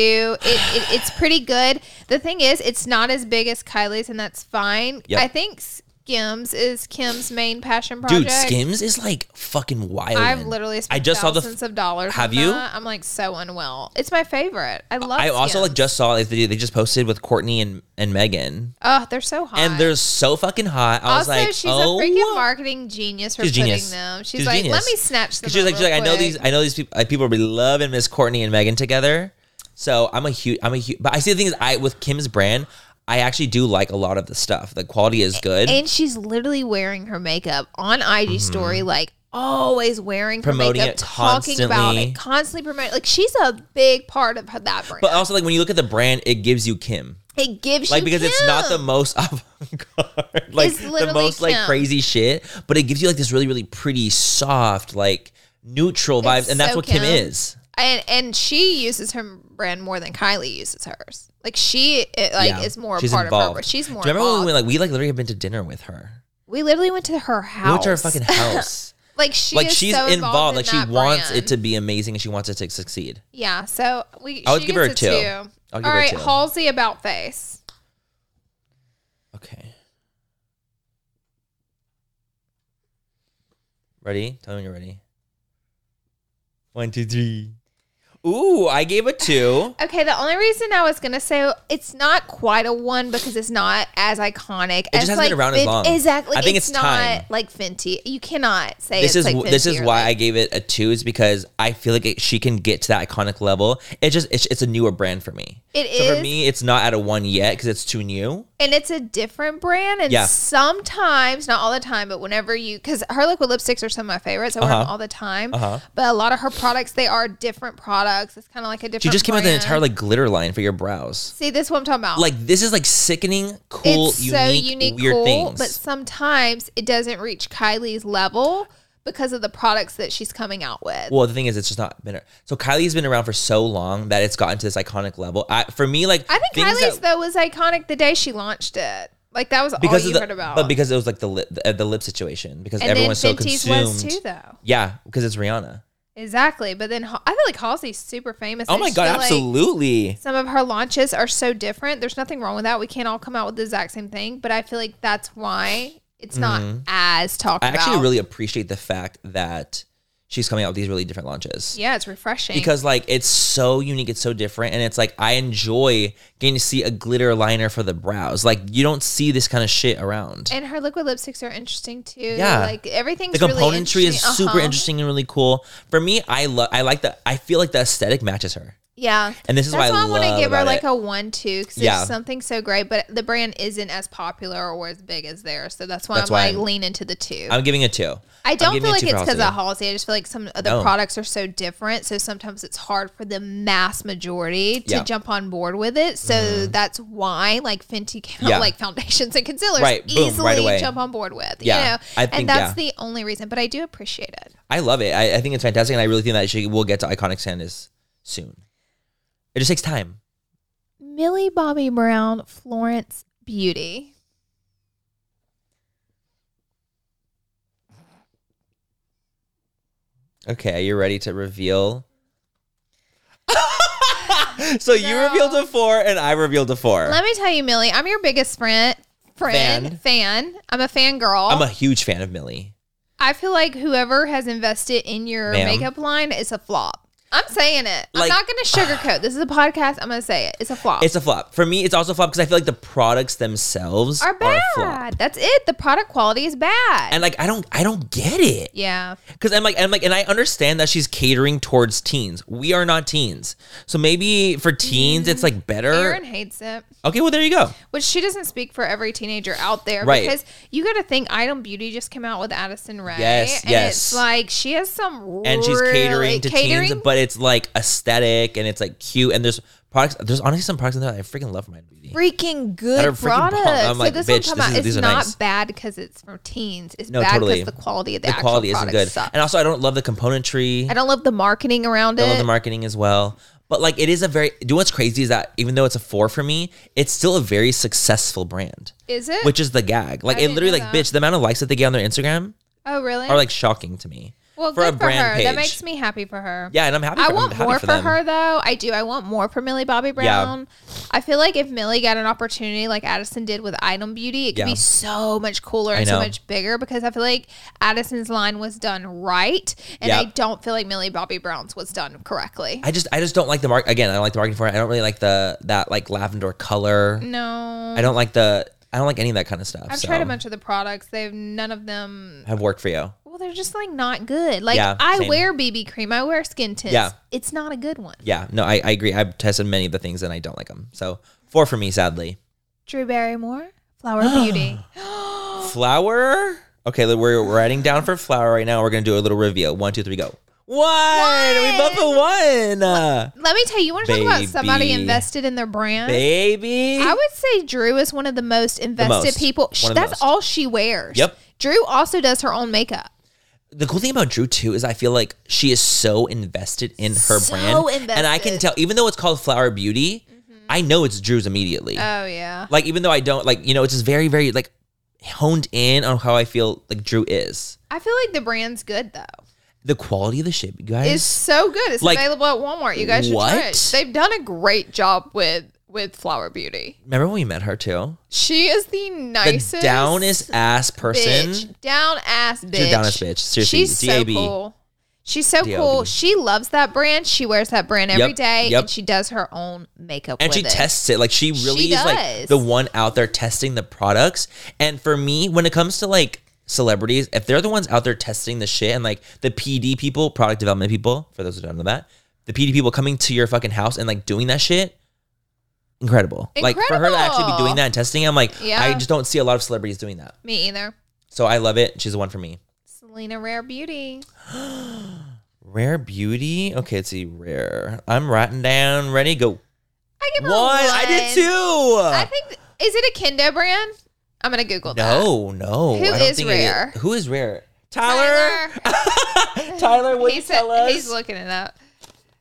A: It, it, it's pretty good. The thing is, it's not as big as Kylie's, and that's fine.
B: Yep.
A: I think Skims is Kim's main passion project.
B: Dude, Skims is like fucking wild.
A: I've
B: man.
A: literally
B: I
A: spent
B: just saw the.
A: thousands of dollars.
B: Have
A: on
B: you?
A: that. I'm like so unwell. It's my favorite. I love.
B: I also like
A: Skims.
B: just saw like they they just posted with Courtney and and Megan,
A: Oh, they're so hot.
B: and they're so fucking hot. I was
A: also,
B: like,
A: she's
B: oh,
A: a freaking marketing genius for
B: she's
A: putting
B: genius.
A: them. She's,
B: She's
A: like,
B: genius.
A: let me snatch them.
B: Because she's like,
A: up
B: she's like,
A: real
B: I know
A: quick."
B: these, I know these people. Like, people will be loving Miss Courtney and Megan together. So I'm a huge, I'm a huge. But I see the thing is, I with Kim's brand, I actually do like a lot of the stuff. The quality is good.
A: And she's literally wearing her makeup on IG story, like always wearing
B: Mm-hmm. Promoting
A: her makeup,
B: it
A: talking about
B: constantly.
A: it, constantly promoting. Like she's a big part of her- that brand.
B: but also, like when you look at the brand, it gives you Kim.
A: it gives
B: Like
A: you
B: because it's not the
A: Kim.
B: most avant-garde, like
A: It's
B: the
A: literally
B: most like
A: Kim.
B: crazy shit, but it gives you like this really really pretty soft like neutral vibes, and that's
A: so
B: what Kim,
A: Kim.
B: is.
A: and and she uses her brand more than Kylie uses hers. Like she it, like
B: Yeah.
A: is more a
B: She's
A: part of her.
B: involved.
A: But she's more.
B: Do you remember when
A: involved.
B: we went, like we like literally have been to dinner with her?
A: we literally went to her house?
B: We went to her fucking house.
A: Like she
B: like
A: is
B: she's
A: so
B: involved.
A: involved. in
B: Like she
A: that
B: wants
A: brand.
B: it to be amazing and she wants it to succeed.
A: Yeah. So we.
B: I would
A: she
B: give her
A: gets
B: a two.
A: All
B: I'll
A: right,
B: give her a two.
A: Halsey about face.
B: Okay. Ready? Tell me when you're ready. One, two, three. Ooh, I gave a two.
A: Okay, the only reason I was gonna say it's not quite a one because it's not as iconic.
B: just
A: as
B: hasn't
A: like
B: been around as
A: Fen-
B: long.
A: Exactly.
B: I think it's
A: not
B: time.
A: like Fenty. You cannot say
B: this
A: it's
B: is
A: like
B: wh- this
A: Fenty
B: is
A: or
B: why I
A: like-
B: gave it a two is because I feel like it, she can get to that iconic level. It just it's, it's a newer brand for me.
A: It
B: so for
A: is.
B: me, it's not at a one yet because it's too new.
A: and it's a different brand. And
B: Yeah.
A: sometimes, not all the time, but whenever you, because her liquid lipsticks are some of my favorites. I wear them
B: Uh-huh.
A: all the time.
B: Uh-huh.
A: But a lot of her products, they are different products. It's kind of like a different.
B: She just came out with an
A: brand.
B: entire like glitter line for your brows.
A: See, this is what I'm talking about.
B: Like this is like sickening, cool,
A: it's
B: unique,
A: so unique,
B: weird
A: cool,
B: things.
A: but sometimes it doesn't reach Kylie's level because of the products that she's coming out with.
B: well, the thing is, it's just not been. So Kylie's been around for so long that it's gotten to this iconic level. I, for me, like
A: I think
B: things
A: Kylie's
B: that-
A: though was iconic the day she launched it. Like that was
B: because
A: all you
B: of the,
A: heard about.
B: but because it was like the lip, the, uh, the lip situation because
A: and then
B: everyone's so
A: Fenty's
B: consumed.
A: was too though.
B: Yeah, because it's Rihanna.
A: Exactly. But then Ha- I feel like Halsey's super famous.
B: Oh
A: I
B: my
A: just
B: god,
A: feel like
B: absolutely.
A: some of her launches are so different. There's nothing wrong with that. We can't all come out with the exact same thing, but I feel like that's why it's not as talked
B: Mm-hmm. I
A: about.
B: actually really appreciate the fact that she's coming out with these really different launches.
A: yeah, it's refreshing
B: Because like it's so unique, it's so different, and it's like I enjoy getting to see a glitter liner for the brows. Like you don't see this kind of shit around.
A: And her liquid lipsticks are interesting too.
B: Yeah.
A: like everything's
B: the
A: really
B: componentry
A: interesting.
B: is super
A: Uh-huh.
B: interesting and really cool. For me, I love. I like the. I feel like the aesthetic matches her.
A: Yeah,
B: And this is
A: That's
B: what I
A: wanna
B: love
A: give her
B: about
A: like
B: it.
A: a one two because
B: Yeah.
A: it's something so great, but the brand isn't as popular or as big as theirs, so that's why
B: That's
A: I'm
B: why
A: like
B: I'm-
A: leaning to the two.
B: I'm giving it two.
A: I
B: I'm
A: don't
B: giving
A: feel
B: it
A: like
B: two
A: it's
B: for
A: because
B: Halsey.
A: of Halsey. I just feel like some of the
B: No.
A: products are so different. So sometimes it's hard for the mass majority to
B: Yeah. Mm-hmm.
A: jump on board with it. So that's why like Fenty can
B: Yeah.
A: like foundations and concealers
B: Right. Boom. Right
A: easily
B: away.
A: jump on board with.
B: Yeah.
A: You know?
B: I think-
A: and that's
B: yeah.
A: the only reason. But I do appreciate it.
B: I love it. I, I think it's fantastic, and I really think that she will get to iconic standards soon. It just takes time.
A: Millie Bobby Brown, Florence Beauty.
B: Okay, you're ready to reveal. so you revealed a four, and I revealed a four.
A: Let me tell you, Millie, I'm your biggest friend. Friend, fan. I'm a fangirl.
B: I'm a huge fan of Millie.
A: I feel like whoever has invested in your
B: Ma'am.
A: makeup line is a flop. I'm saying it. I'm
B: Like-
A: not going to sugarcoat. this is a podcast. I'm going to say it. It's a flop.
B: It's a flop for me. It's also a flop because I feel like the products themselves
A: are
B: Are
A: bad.
B: a flop.
A: That's it. The product quality is bad.
B: And like I don't, I don't get it.
A: yeah.
B: Because I'm like, I'm like, and I understand that she's catering towards teens. We are not teens, so maybe for teens, it's
A: Mm,
B: like better.
A: Aaron hates it.
B: okay, well there you go.
A: Which she doesn't speak for every teenager out there,
B: Right.
A: Because you got to think, Item Beauty just came out with Addison Rae,
B: Yes,
A: and
B: yes.
A: it's like she has some
B: And she's
A: really-
B: catering to teens, but it's like aesthetic and it's like cute. And there's products. There's honestly some products in there that I freaking love. from Mind Beauty.
A: freaking good
B: That are freaking bomb.
A: products.
B: I'm like,
A: so this
B: bitch,
A: one
B: this
A: come
B: is-
A: out. It's
B: these are
A: not
B: nice.
A: bad because it's for teens. It's
B: No,
A: bad because
B: totally.
A: the quality of the,
B: the
A: actual
B: quality isn't
A: product
B: good.
A: sucks.
B: And also, I don't love the componentry.
A: I don't love the marketing around
B: I love
A: it.
B: the marketing as well. But like, it is a very. Do you know what's crazy is that even though it's a four for me, it's still a very successful brand,
A: is it?
B: which is the gag. Like,
A: I
B: it
A: didn't
B: literally,
A: know
B: like,
A: that.
B: bitch, the amount of likes that they get on their Instagram
A: oh really?
B: are like shocking to me.
A: well,
B: for
A: good
B: a
A: for
B: brand
A: her. That
B: page.
A: makes me happy for her.
B: Yeah, and I'm happy.
A: I
B: for,
A: want
B: I'm happy
A: more for,
B: for, them.
A: her though. I do. I want more for Millie Bobby Brown. I feel like if Millie got an opportunity like Addison did with Item Beauty, it could
B: Yeah.
A: be so much cooler
B: I
A: and so
B: know.
A: much bigger because I feel like Addison's line was done right, and
B: Yeah.
A: I don't feel like Millie Bobby Brown's was done correctly.
B: I just, I just don't like the mark. Again, I don't like the marketing for it. I don't really like the that like lavender color.
A: no,
B: I don't like the. I don't like any of that kind of stuff.
A: I've
B: so.
A: tried a bunch of the products. They've none of them.
B: Have worked for you.
A: Well, they're just like not good. Like
B: Yeah,
A: I
B: same.
A: wear BB cream. I wear skin tints.
B: Yeah.
A: it's not a good one.
B: Yeah, no, I, I agree. I've tested many of the things and I don't like them. So four for me, sadly.
A: Drew Barrymore, Flower Beauty.
B: Flower. Okay, look, we're we're writing down for flower right now. We're gonna do a little reveal. One, two, three, go. One. We both won, uh,
A: Let me tell you, you want to talk about somebody
B: Baby.
A: invested in their brand?
B: baby.
A: I would say Drew is one of the most invested
B: most.
A: people. Sh-
B: One of the
A: That's
B: most.
A: all she wears.
B: Yep.
A: Drew also does her own makeup.
B: the cool thing about Drew too is I feel like she is so invested in her
A: So
B: brand, and I can
A: invested. Mm-hmm.
B: tell. Even though it's called Flower Beauty, I know it's Drew's immediately.
A: Oh yeah.
B: like even though I don't like, you know, it's just very, very like honed in on how I feel like Drew is.
A: I feel like the brand's good though.
B: The quality of the shit, you guys.
A: It's so good. It's
B: Like,
A: available at Walmart. You guys should try
B: what?
A: it. They've done a great job with with Flower Beauty.
B: Remember when we met her too?
A: She is the
B: The
A: nicest
B: downest ass person.
A: bitch. Down ass bitch.
B: She's a down ass bitch. Seriously,
A: She's so
B: DAB.
A: cool. She's so
B: DLB.
A: cool. She loves that brand. She wears that brand every
B: Yep,
A: day,
B: yep.
A: and she does her own makeup.
B: and
A: with
B: she
A: it.
B: tests it like she really
A: She
B: is like
A: does.
B: the one out there testing the products and for me when it comes to like celebrities if they're the ones out there testing the shit and like the pd people product development people for those who don't know that the pd people coming to your fucking house and like doing that shit incredible, like for her to actually be doing
A: Incredible.
B: that and testing it, i'm like
A: Yeah.
B: i just don't see a lot of celebrities doing that
A: Me either.
B: so i love it she's the one for me
A: Selena Rare Beauty.
B: rare beauty okay let's see rare i'm writing down ready go
A: I give
B: one
A: her a one.
B: i did too
A: I think is it a Kinder brand? I'm gonna Google that.
B: No, no.
A: Who
B: I don't
A: is
B: think it is.
A: rare?
B: Who is rare? Tyler. Tyler, will you
A: he's,
B: tell us?
A: he's looking it up.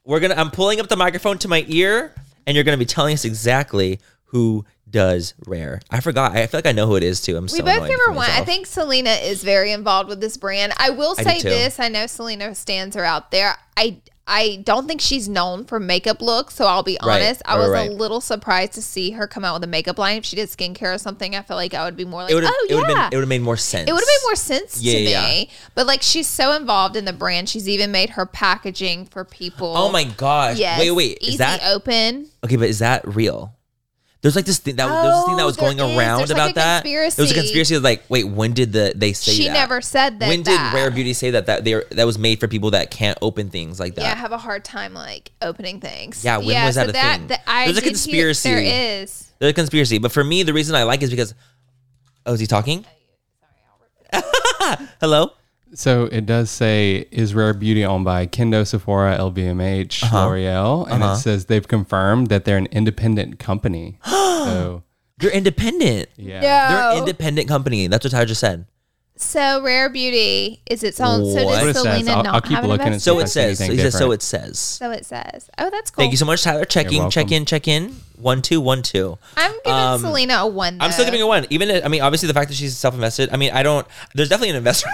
B: We're gonna. I'm pulling up the microphone to my ear, and you're gonna be telling us exactly who does rare. I forgot. I feel like I know who it is too. I'm so
A: we both
B: annoyed
A: give
B: with
A: her one. I
B: myself.
A: think Selena is very involved with this brand. I will
B: I do
A: say
B: too.
A: this: I know Selena stands her out there. I I don't think she's known for makeup looks, so I'll be
B: Right,
A: honest. I
B: right,
A: was
B: right.
A: a little surprised to see her come out with a makeup line. If she did skincare or something, I feel like I would be more like,
B: it would have.
A: oh
B: it would have
A: yeah,
B: been. It would have made more sense.
A: It would have made more sense
B: Yeah,
A: to
B: yeah,
A: me. But like she's so involved in the brand. She's even made her packaging for people.
B: Oh my gosh!
A: Yes.
B: Wait, wait.
A: Easy
B: Is that
A: open.
B: okay? But is that real? There's like this thing that there was this thing that
A: Oh,
B: was
A: there
B: going
A: is.
B: around
A: There's like
B: about
A: a
B: that. It was a
A: conspiracy.
B: conspiracy. of Like, wait, when did the they say
A: She
B: that?
A: never said that.
B: when
A: that.
B: did Rare Beauty say that that they are, that was made for people that can't open things like that?
A: Yeah, I have a hard time like opening things.
B: Yeah, when was that a thing?
A: I
B: There's a
A: did hear-
B: conspiracy.
A: there is.
B: There's a conspiracy, but for me, the reason I like is because oh, is he talking? Hello.
E: So it does say, is Rare Beauty owned by Kendo, Sephora, LVMH,
F: Uh-huh.
E: L'Oreal? And it says they've confirmed that they're an independent company. so,
B: They're independent.
E: yeah.
B: They're an
A: No.
B: independent company. That's what Tyler just said.
A: so Rare Beauty is its own. So does
B: What? That's
E: what it
A: Selena
E: says. I'll,
A: not
E: I'll keep
A: have an
E: looking and
A: investment?
B: So
E: see
B: it
E: if I see
B: says.
E: anything
B: He says. So
E: different.
B: it says.
A: So it says. Oh, that's cool.
B: Thank you so much, Tyler. Check in, check
E: welcome.
B: in, check in. One two one two.
A: I'm giving
B: Um,
A: Selena a one. Though.
B: I'm still giving her one. Even I mean, obviously the fact that she's self-invested. I mean, I don't. There's definitely an investor.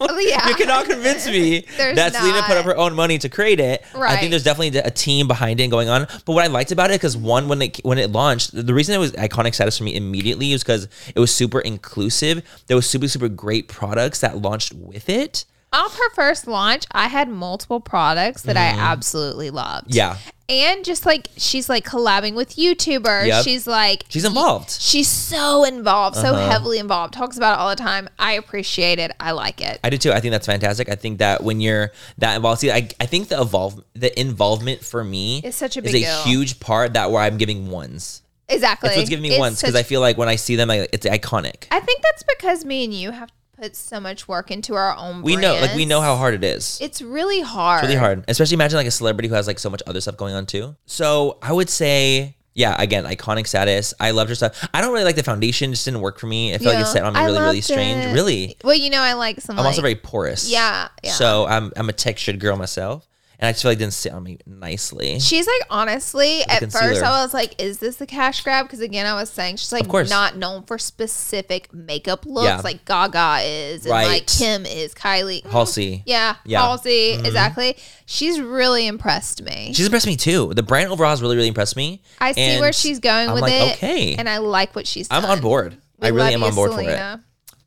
A: Oh, yeah.
B: you cannot convince me
A: There's
B: that Selena put
A: not.
B: up her own money to create it. I think
A: Right.
B: there's definitely a team behind it and going on. But what I liked about it because one, when it when it launched, the reason it was iconic status for me immediately was because it was super inclusive. There was super super great products that launched with it.
A: Off her first launch, I had multiple products that I absolutely loved.
B: Mm-hmm. Yeah,
A: and just like she's like collabing with YouTubers.
B: Yep.
A: She's like
B: she's Uh-huh. involved.
A: she's so involved, so heavily involved. Talks about it all the time. I appreciate it. I like it.
B: I do too. I think that's fantastic. I think that when you're that involved, see, I, I think the evolve the involvement for me
A: It's such a
B: is
A: big
B: a
A: deal.
B: huge part that where I'm giving ones.
A: exactly.
B: That's what's giving me
A: It's
B: ones because
A: such-
B: I feel like when I see them, I, it's iconic.
A: I think that's because me and you have put so much work into our own.
F: We know, like we know how
A: brands.
F: hard it is.
A: it's really hard.
F: It's really hard. Especially imagine like a celebrity who has like so much other stuff going on too. So I would say, yeah, again, iconic status. I loved her stuff. I don't really like the foundation; it just didn't work for me. It felt like it
A: Yeah.
F: set on me
A: I
F: really, really
A: loved
F: strange.
A: it.
F: Really,
A: Well, you know, I like some.
F: I'm also very
A: like-
F: porous.
A: Yeah, yeah.
F: So I'm I'm a textured girl myself, and I just feel like it didn't sit on me nicely.
A: She's like honestly, at first
F: concealer.
A: I was like, "Is this the cash grab?" Because again, I was saying she's like
F: course.
A: not known for specific makeup looks,
F: Yeah.
A: like Gaga is, and
F: Right.
A: like Kim is, Kylie,
F: Halsey.
A: yeah,
F: Yeah. Mm-hmm.
A: Halsey, exactly. She's really impressed me.
F: She's impressed me too. The brand overall has really, really impressed me.
A: I see
F: And
A: where she's going
F: I'm
A: with
F: like,
A: it,
F: Okay.
A: and I like what she's.
F: I'm on
A: done.
F: board.
A: We
F: I really
A: love
F: am
A: you,
F: on board for it.
A: Selena.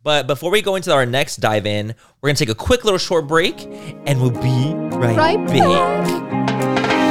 F: But before we go into our next dive in, we're going to take a quick little short break and we'll be right,
A: Right
F: back.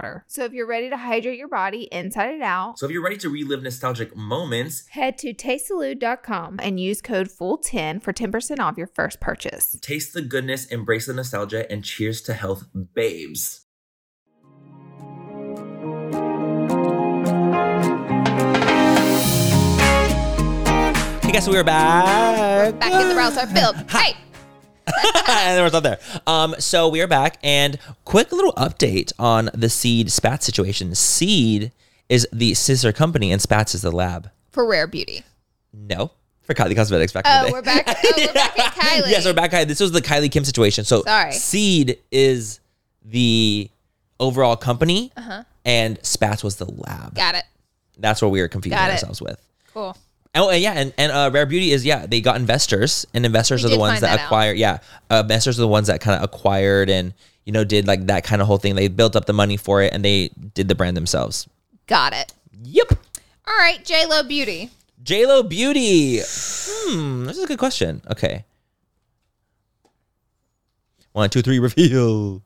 A: So if you're ready to hydrate your body inside and out,
F: So if you're ready to relive nostalgic moments,
A: head to tastesalud.com and use code FULL10 for 10% off your first purchase.
F: taste the goodness, embrace the nostalgia, and cheers to health, babes. Hey guys, so we are back.
A: Back in the rounds are filled. Hey,
F: and then we're not there. Um, so we are back, and quick little update on the Seed Spats situation. Seed is the sister company, and Spats is the lab.
A: for rare beauty.
F: No, for Kylie Cosmetics back in the
A: Oh,
F: day.
A: we're back. Oh, we're back at Kylie.
F: Yes, we're back. Kylie. This was the Kylie Kim situation. So
A: Sorry.
F: Seed is the overall company, and Spats was the lab.
A: Uh-huh. Got it.
F: That's what we were confusing
A: Got it.
F: ourselves with.
A: Cool.
F: Oh and yeah, and, and uh, Rare Beauty is yeah they got investors, and investors
A: We
F: are the
A: did
F: ones
A: find
F: that,
A: that out.
F: acquire. Yeah, uh, investors are the ones that kind of acquired and you know did like that kind of whole thing. They built up the money for it, and they did the brand themselves.
A: Got it.
F: Yep.
A: All right, J Lo Beauty.
F: J Lo Beauty. Hmm, this is a good question. Okay. One, two, three, reveal.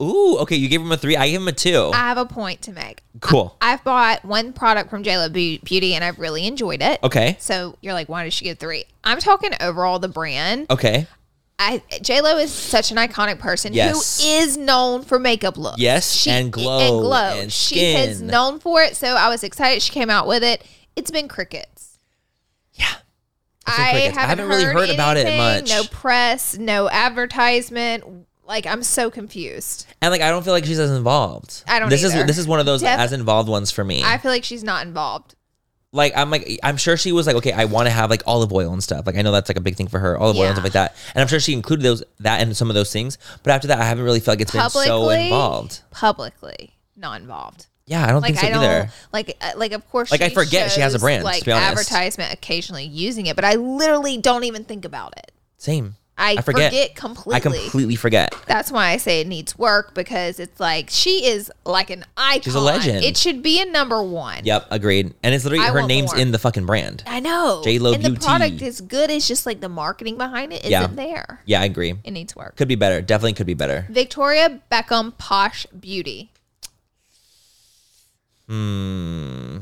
F: Ooh, okay. You gave him a three. I gave him a two.
A: I have a point to make.
F: cool.
A: I've bought one product from JLo Be- Beauty and I've really enjoyed it.
F: okay.
A: So you're like, why did she get three? I'm talking overall the brand.
F: Okay.
A: I JLo is such an iconic person
F: Yes.
A: who is known for makeup looks.
F: Yes, and glow and
A: she is
F: skin.
A: known for it. So I was excited she came out with it. It's been crickets.
F: It's
A: Yeah.
F: been
A: I,
F: crickets.
A: haven't really heard, about it much. No press, no advertisement. Like I'm so confused.
F: And like, I don't feel like she's as involved.
A: I don't
F: This is
A: either.
F: this is one of those
A: Def-
F: as involved ones for me.
A: I feel like she's not involved.
F: like, I'm like, I'm sure she was like, okay, I want to have like olive oil and stuff. Like, I know that's like a big thing for her, olive oil and
A: Yeah.
F: stuff like that. And I'm sure she included those that and some of those things. But after that, I haven't really felt like it's
A: Publicly,
F: been so involved.
A: Publicly, not involved.
F: Yeah, I don't
A: like
F: think so
A: I don't
F: either.
A: like uh, like of course
F: Like, I forget she has a
A: shows,
F: brand, to
A: like
F: be honest.
A: advertisement occasionally using it but I literally don't even think about it
F: Same.
A: I,
F: forget.
A: forget, completely
F: I completely forget.
A: that's why I say it needs work because it's like she is like an icon
F: She's a legend.
A: it should be a number one
F: Yep, agreed. And it's literally
A: I
F: her
A: want
F: name's
A: more.
F: in the fucking brand.
A: I know
F: J.Lo
A: and the
F: Beauty.
A: product is good it's just like the marketing behind it isn't
F: Yeah.
A: there
F: Yeah, I agree.
A: it needs work
F: Could be better. Definitely could be better.
A: Victoria Beckham Posh Beauty
F: Hmm.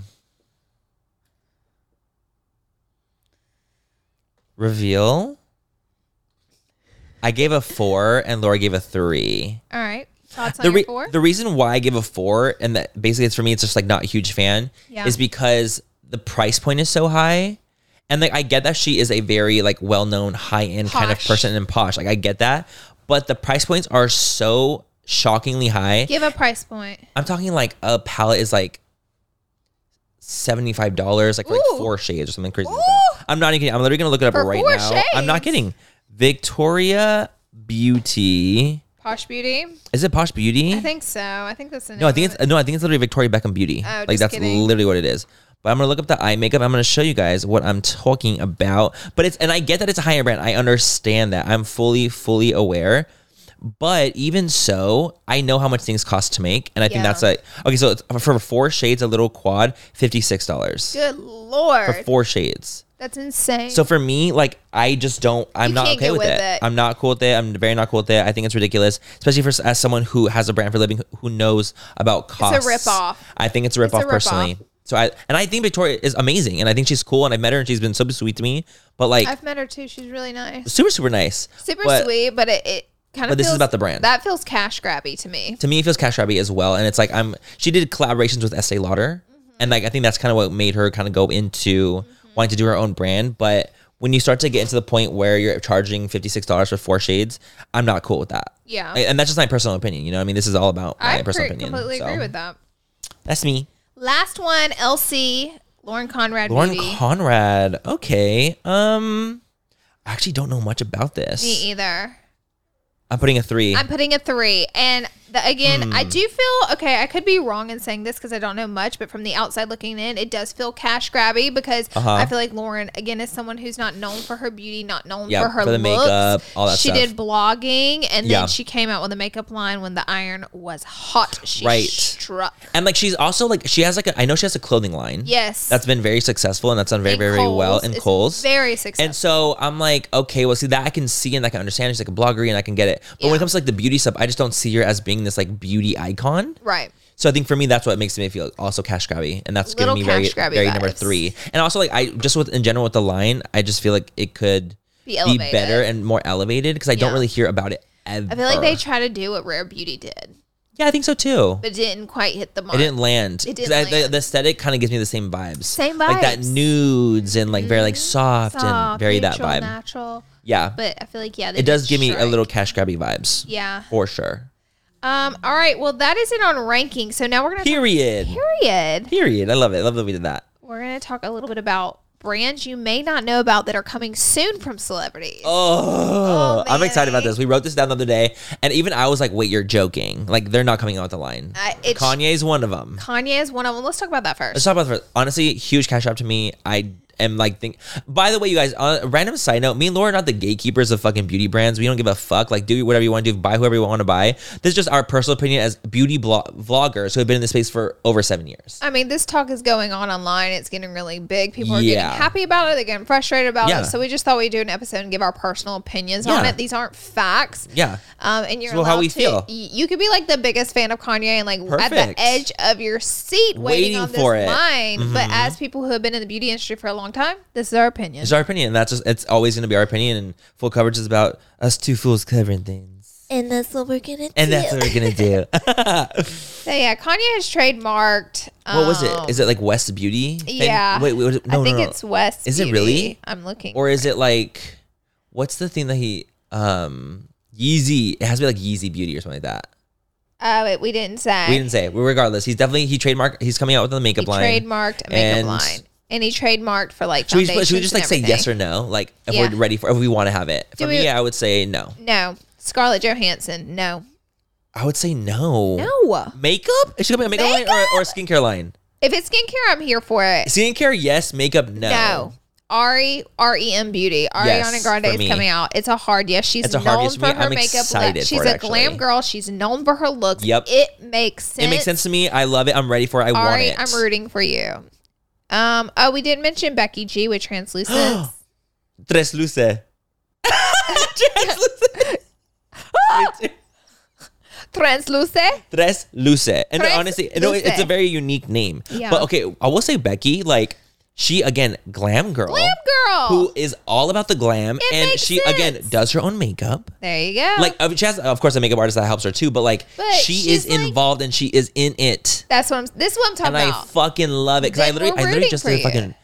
F: Reveal. I gave a four and Laura gave a three.
A: all right thoughts on
F: the,
A: your
F: re-
A: four
F: the reason why I give a four, and that basically it's for me, it's just like not a huge fan,
A: Yeah.
F: is because the price point is so high. And like I get that she is a very like well known high end kind of
A: Posh.
F: person and posh. Like I get that. But the price points are so shockingly high.
A: give a price point
F: I'm talking like a palette is like seventy-five dollars, like for like
A: Ooh.
F: four shades or something crazy. Like that. I'm not even kidding. I'm literally gonna look it up
A: For
F: right
A: four
F: now. I'm
A: shades?
F: not kidding. Victoria Beauty.
A: Posh Beauty.
F: Is it Posh Beauty?
A: I think so. I think that's the
F: Eh. no, I think it's no, I think it's literally Victoria Beckham Beauty.
A: Oh,
F: like
A: just
F: that's
A: kidding.
F: literally what it is. But I'm gonna look up the eye makeup. I'm gonna show you guys what I'm talking about. But it's and I get that it's a higher brand. I understand that. I'm fully, fully aware. But even so, I know how much things cost to make, and I think
A: Yeah.
F: that's like okay. So it's, for four shades, a little quad, fifty six dollars
A: Good
F: for
A: lord,
F: four shades.
A: that's insane.
F: So for me, like I just don't. I'm
A: You
F: not
A: can't
F: okay
A: get
F: with,
A: with
F: it.
A: it.
F: I'm not cool with it. I'm very not cool with it. I think it's ridiculous, especially for as someone who has a brand for a living, who knows about costs.
A: ripoff.
F: I think it's a ripoff
A: a ripoff.
F: personally. So I and I think Victoria is amazing, and I think she's cool, and I've met her, and she's been so sweet to me. But like,
A: I've met her too. She's really nice,
F: super super nice,
A: super
F: But
A: sweet, but it, it kind of.
F: But this is
A: feels-
F: about the brand.
A: That feels cash grabby to me.
F: To me, it feels cash grabby as well, and it's like I'm. She did collaborations with Estee Lauder,
A: Mm-hmm.
F: and like I think that's kind of what made her kind of go into wanting to do her own brand, but. When you start to get into the point where you're charging fifty six dollars for four shades, I'm not cool with that.
A: Yeah,
F: I- and that's just my personal opinion. You know, what I mean, this is all about my
A: I
F: personal
A: pre-
F: opinion.
A: completely agree with that.
F: That's me,
A: Last one, Elsie, Lauren Conrad
F: Lauren
A: beauty.
F: Conrad. Okay, um, I actually don't know much about this.
A: me either.
F: I'm putting a three.
A: I'm putting a three. And the, again,
F: Hmm.
A: I do feel okay. I could be wrong in saying this because I don't know much, but from the outside looking in, it does feel cash grabby because
F: Uh-huh.
A: I feel like Lauren again is someone who's not known for her beauty, not known
F: Yeah,
A: for her
F: for the
A: looks.
F: makeup, all that
A: she
F: stuff.
A: did blogging, and
F: Yeah.
A: then she came out with a makeup line when the iron was hot. She
F: Right.
A: struck.
F: and like she's also like she has like a, I know she has a clothing line.
A: Yes,
F: that's been very successful and that's done very
A: And
F: very very well
A: Kohl's
F: in
A: is
F: Kohl's.
A: very successful.
F: And so I'm like, okay, well, see that I can see and I can understand. She's like a blogger and I can get it. But when it
A: Yeah.
F: comes to like the beauty stuff, I just don't see her as being this like beauty icon.
A: right.
F: So I think for me, that's what makes me feel also cash grabby, and that's
A: Little
F: giving me very,
A: cash grabby
F: very number
A: vibes.
F: three. And also, like I just with in general with the line, I just feel like it could
A: Be
F: be
A: elevated.
F: better and more elevated because I don't
A: Yeah.
F: really hear about it ever.
A: I feel like they try to do what Rare Beauty did,
F: yeah, I think so too.
A: but didn't quite hit the mark.
F: It didn't land.
A: It didn't
F: 'Cause I- the- The,
A: land.
F: aesthetic kind of gives me the same vibes.
A: Same
F: Like that
A: vibes. Mm-hmm.
F: nudes and like very like soft, and
A: Soft,
F: very
A: neutral,
F: that vibe.
A: Ah, natural.
F: Yeah.
A: But I feel like yeah, they
F: it does
A: did
F: give me a
A: strike.
F: little cash grabby vibes.
A: Yeah.
F: For sure.
A: Um. All right. Well, that is it on ranking. So now we're gonna
F: Period.
A: talk, period.
F: Period. I love it. I love that we did that.
A: We're gonna talk a little bit about brands you may not know about that are coming soon from celebrities. Oh,
F: Oh, I'm excited about
A: Manny.
F: this. We wrote this down the other day, and even I was like, "Wait, you're joking! Like they're not coming out the line."
A: I- it's-
F: Kanye's one of them.
A: Kanye is one of them. Let's talk about that
F: Let's
A: first.
F: talk about the first. Honestly, huge cash out to me. I am like think. By the way, you guys. On a random side note, me and Laura are not the gatekeepers of fucking beauty brands. We don't give a fuck. Like do whatever you want to do. Buy whoever you want to buy. This is just our personal opinion as beauty blo- vloggers who have been in this space for over seven years.
A: I mean, this talk is going on online. It's getting really big. People are
F: Yeah.
A: getting happy about it. They're getting frustrated about
F: Yeah.
A: it. So we just thought we'd do an episode and give our personal opinions on
F: Yeah.
A: it. These aren't facts.
F: Yeah.
A: Um, and you're
F: So how
A: allowed
F: we
A: to,
F: feel.
A: y- You could be like the biggest fan of Kanye and like at
F: Perfect.
A: the edge of your seat waiting,
F: Waiting
A: on
F: for it. Mm-hmm.
A: this line. But as people who have been in the beauty industry for a long time, this is our opinion.
F: It's our opinion. and That's just. It's always going to be our opinion. And full coverage is about us two fools covering things.
G: And that's what we're gonna do.
F: And that's what we're gonna do.
A: So yeah, Kanye has trademarked. Um,
F: What was it? Is it like West Beauty? thing?
A: yeah.
F: Wait, wait, was it- no,
A: I think
F: no, no.
A: it's West.
F: Is it
A: Beauty.
F: really?
A: I'm looking.
F: Or is it like, what's the thing that he, um, Yeezy? It has to be like Yeezy Beauty or something like that.
A: oh, wait, we didn't say.
F: We didn't say. Well, Regardless, he's definitely he trademarked. He's coming out with the makeup
A: he
F: line.
A: trademarked a makeup
F: And-
A: line, and he trademarked for like.
F: Should we, just, should we
A: foundations
F: just like
A: and
F: say yes
A: everything.
F: or no? Like if
A: Yeah.
F: we're ready for if we want to have it. For
A: Do
F: me,
A: we-
F: I would say no.
A: No, Scarlett Johansson. No,
F: I would say no.
A: no.
F: Makeup? It should be a makeup, line or, or a skincare line.
A: If it's skincare, I'm here for it.
F: Skincare, yes. Makeup, no.
A: No. Ari R E M Beauty. Ariana
F: Yes,
A: Grande
F: for
A: is
F: me.
A: coming out. It's a hard yes. She's
F: It's a
A: known
F: hard yes for
A: for
F: me.
A: her
F: I'm
A: makeup.
F: excited
A: look. She's
F: for it,
A: a glam
F: actually.
A: girl. She's known for her looks.
F: Yep.
A: It makes sense.
F: It makes sense to me. I love it. I'm ready for it. I want
A: Ari,
F: it.
A: I'm rooting for you. Um. Oh, we didn't mention Becky G with translucent.
F: Tres luces.
A: translucent.
F: Tres Luce. And
A: Tres
F: honestly, no,
A: Luce.
F: it's a very unique name.
A: Yeah.
F: But okay, I will say Becky, like, she again, glam girl.
A: Glam girl.
F: Who is all about the glam.
A: It
F: and
A: makes
F: she again
A: sense.
F: does her own makeup.
A: There you go.
F: Like uh, she has of course a makeup artist that helps her too, but like
A: But
F: she
A: she's
F: is
A: like-
F: involved and she is in it.
A: that's what I'm. This is what I'm talking
F: And I
A: about.
F: fucking love it. Because I
A: Then
F: literally
A: we're
F: I literally
A: rooting
F: just
A: for
F: did a
A: you.
F: fucking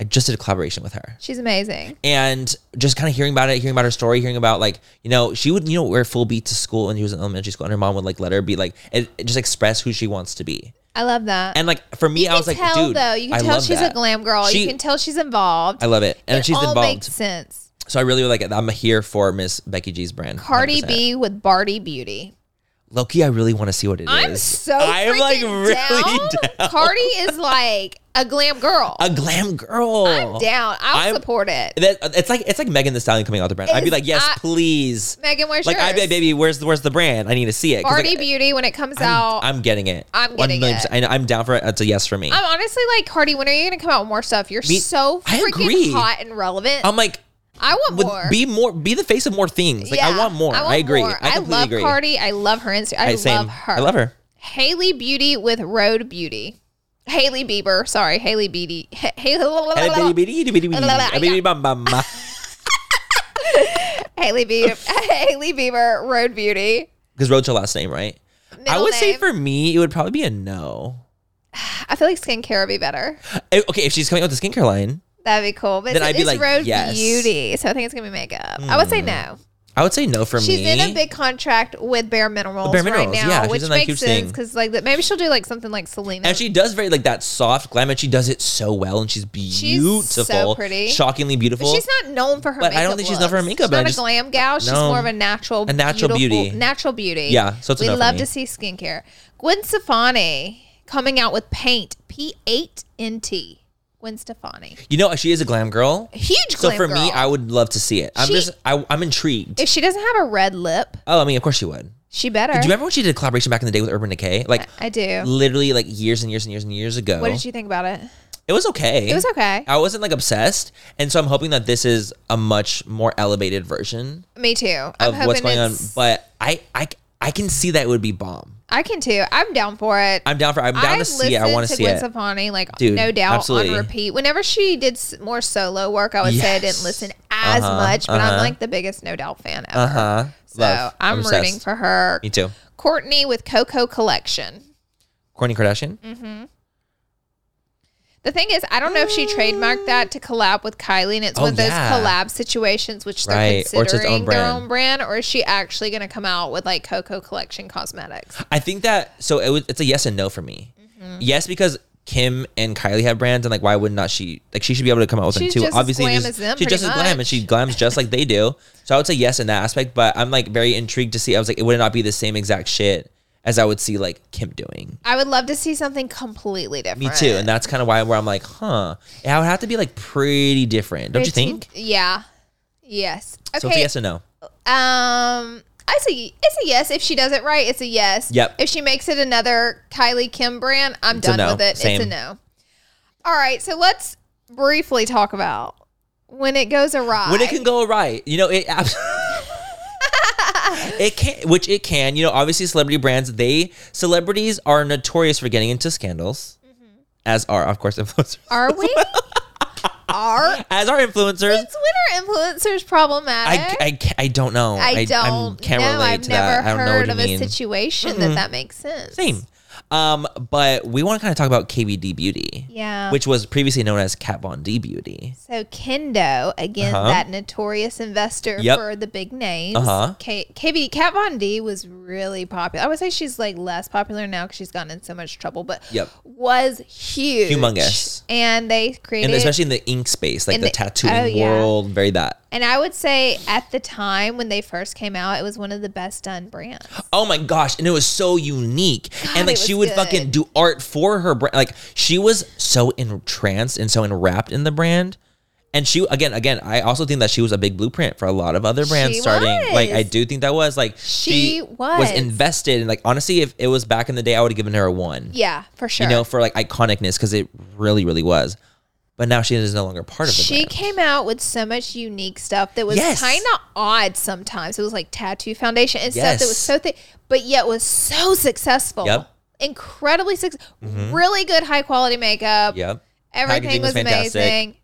F: I just did a collaboration with her
A: She's amazing.
F: and just kind of hearing about it, hearing about her story, hearing about like you know she would you know wear full beat to school when she was in elementary school, and her mom would like let her be like it, it just express who she wants to be.
A: I love that.
F: And like for me,
A: you
F: I
A: can
F: was like,
A: tell
F: dude,
A: though, you can
F: I
A: tell
F: love
A: she's
F: that.
A: a glam girl.
F: She-
A: you can tell she's involved.
F: I love it, and
A: it
F: she's
A: all
F: involved.
A: makes sense.
F: So I really like. I'm here for Miss Becky G's brand.
A: Cardi
F: 100%.
A: B with Barty Beauty.
F: Loki. I really want to see what it is.
A: I'm so I'm like really down. Cardi is like a glam girl.
F: a glam girl.
A: I'm down. I'll
F: I'm-
A: support it.
F: That, it's like it's like Megan the Stallion coming out the brand. I'd be
A: Is-
F: like, yes,
A: I-
F: please.
A: Megan, where's
F: like,
A: yours?
F: I'd be like, baby, where's the where's the brand? I need to see it. 'Cause,
A: Barty
F: like,
A: Beauty when it comes out.
F: I'm,
A: I'm,
F: I'm getting it.
A: I'm
F: One
A: getting
F: million
A: it.
F: percent. I, am down for it. It's a yes for me. I'm,
A: honestly like Cardi. When are you gonna come out with more stuff? You're
F: Me-
A: so
F: I
A: freaking
F: agree.
A: hot and relevant.
F: like,
A: I want
F: with,
A: more.
F: be more. Be the face of more things. Like I
A: Yeah,
F: want more. I,
A: want
F: agree.
A: more.
F: I completely
A: love
F: agree.
A: Cardi. I love her Instagram. I,
F: I, same.
A: love her.
F: I love her.
A: Haley Beauty with Road Beauty. Haley Bieber. Sorry, Haley Beauty. Ha-
F: Hey,
A: Haley
F: baby, baby, baby, baby,
A: Yeah.
F: baby, bum, bum, bum.
A: Haley Bieber. Haley Bieber. Road Beauty.
F: Because Road's your last name, right? I
A: Middle
F: would say
A: name.
F: for me, it would probably be a no.
A: I feel like skincare would be better.
F: Eh, Okay, if she's coming out with a skincare line,
A: That'd be cool. But
F: Then
A: it's,
F: I'd be
A: it's
F: like,
A: Road
F: yes.
A: Beauty, so I think it's gonna be makeup. I would say no.
F: I would say no for
A: she's
F: me.
A: in a big contract with Bare Minerals,
F: Bare
A: right
F: Minerals,
A: now,
F: yeah, she's
A: which
F: in, like, huge
A: makes sense
F: thing.
A: because like that- maybe she'll do like something like Selena.
F: and she does very like that soft glam, and she does it so well, and she's beautiful,
A: so pretty.
F: shockingly
A: But
F: beautiful.
A: she's not known for her.
F: But I don't
A: makeup
F: think she's known for her
A: looks.
F: makeup,
A: She's
F: but I
A: not
F: just-
A: a glam gal. She's
F: no.
A: more of a natural,
F: A natural
A: beautiful-
F: beauty.
A: natural beauty.
F: Yeah, so it's a
A: we
F: no for
A: love
F: me.
A: to see skincare. Gwen Stefani coming out with paint P eight N T. Gwen Stefani,
F: you know, she is a glam girl.
A: huge.
F: So
A: glam
F: for
A: girl.
F: me, I would love to see it. I'm
A: She-
F: just, I, I'm intrigued.
A: if she doesn't have a red lip,
F: oh, I mean, of course she would.
A: she better.
F: Do you remember when she did a collaboration back in the day with Urban Decay? Like,
A: I do.
F: literally, like years and years and years and years ago.
A: What did you think about it?
F: It was okay.
A: It was okay.
F: I wasn't like obsessed, and so I'm hoping that this is a much more elevated version
A: Me too. I'm
F: of
A: hoping
F: what's going on.
A: it's-
F: But I, I, I can see that it would be bomb.
A: I can too. I'm down for it.
F: I'm down for. I'm down
A: I
F: to see it. I
A: listened
F: want
A: to
F: to see
A: Gwen
F: it.
A: Stefani, like
F: Dude,
A: no doubt
F: absolutely.
A: on repeat. Whenever she did s- more solo work, I would say I
F: Yes.
A: didn't listen as
F: Uh-huh,
A: much, but I'm
F: uh-huh.
A: like the biggest no doubt fan ever.
F: Uh huh.
A: So I'm, rooting for her.
F: Me too.
A: Courtney with Coco Collection.
F: Kourtney Kardashian.
A: The thing is, I don't know if she trademarked that to collab with Kylie, and it's
F: Ah. Oh,
A: one of those
F: yeah.
A: collab situations which they're
F: Right, or
A: considering
F: it's its own
A: their
F: brand.
A: own brand, or is she actually going to come out with like Coco Collection cosmetics?
F: I think that so it was, it's a yes and no for me.
A: Mm-hmm.
F: Yes, because Kim and Kylie have brands, and like why would not she? Like she should be able to come out with
A: She's
F: them too.
A: just as
F: Obviously,
A: glam
F: just-
A: as them,
F: she's
A: pretty
F: just as glam, and
A: much.
F: she glams just like they do. So I would say yes in that aspect, but I'm like very intrigued to see. I was like, it would not be the same exact shit as I would see like Kim doing.
A: I would love to see something completely different.
F: Me too, and that's kind of why where I'm like, huh? I would have to be like pretty different, don't you think?
A: Yeah. Yes. Okay.
F: So it's a yes and no.
A: Um, I see. It's a yes. If she does it right, it's a yes.
F: Yep.
A: If she makes it another Kylie Kim brand, I'm
F: It's a
A: done
F: no.
A: with it. It's
F: Same.
A: a no. All right. So let's briefly talk about when it goes awry.
F: when it can go right. You know, it abs- it can, which it can. You know, obviously, celebrity brands they celebrities are notorious for getting into scandals,
A: Mm-hmm.
F: as are of course influencers,
A: Are we? Are
F: as are influencers.
A: since when are influencers problematic?
F: I, I, ca- I don't know.
A: I
F: I'm-
A: don't
F: can't
A: know.
F: relate
A: I've
F: to
A: never
F: that. I don't know
A: heard
F: what you
A: of
F: mean.
A: a situation that that makes sense.
F: Same. Um, but we want to kind of talk about KBD Beauty,
A: Yeah.
F: which was previously known as Kat Von D Beauty.
A: So Kendo, again,
F: Uh-huh.
A: that notorious investor
F: Yep.
A: for the big names.
F: Uh-huh.
A: K- KBD, Kat Von D was really popular. I would say she's like less popular now because she's gotten in so much trouble, but
F: Yep.
A: was huge,
F: Humongous.
A: And they created,
F: And especially in the ink space, like
A: In
F: the,
A: the-
F: tattooing
A: oh, yeah.
F: world, very that.
A: and I would say at the time when they first came out, it was one of the best done brands.
F: Oh my gosh, and it was so unique. and like
A: it
F: she
A: was
F: would fucking
A: good.
F: do art for her brand. Like she was so entranced and so enwrapped in the brand. And she again, again, I also think that she was a big blueprint for a lot of other brands
A: She
F: starting. Like I
A: was.
F: do think that was like
A: She
F: was
A: was.
F: invested. And like honestly, if it was back in the day, I would have given her a one.
A: Yeah, for sure.
F: You know, for like iconicness, because it really, really was. But now she is no longer part of the
A: she
F: brand.
A: came out with so much unique stuff that was
F: Yes.
A: kind of odd sometimes. It was like tattoo foundation and stuff that
F: Yes.
A: was so thick, but yet was so successful.
F: Yep. Mm-hmm.
A: Incredibly successful. Really good high quality makeup.
F: Yep.
A: Everything
F: Packaging
A: was,
F: was fantastic.
A: amazing.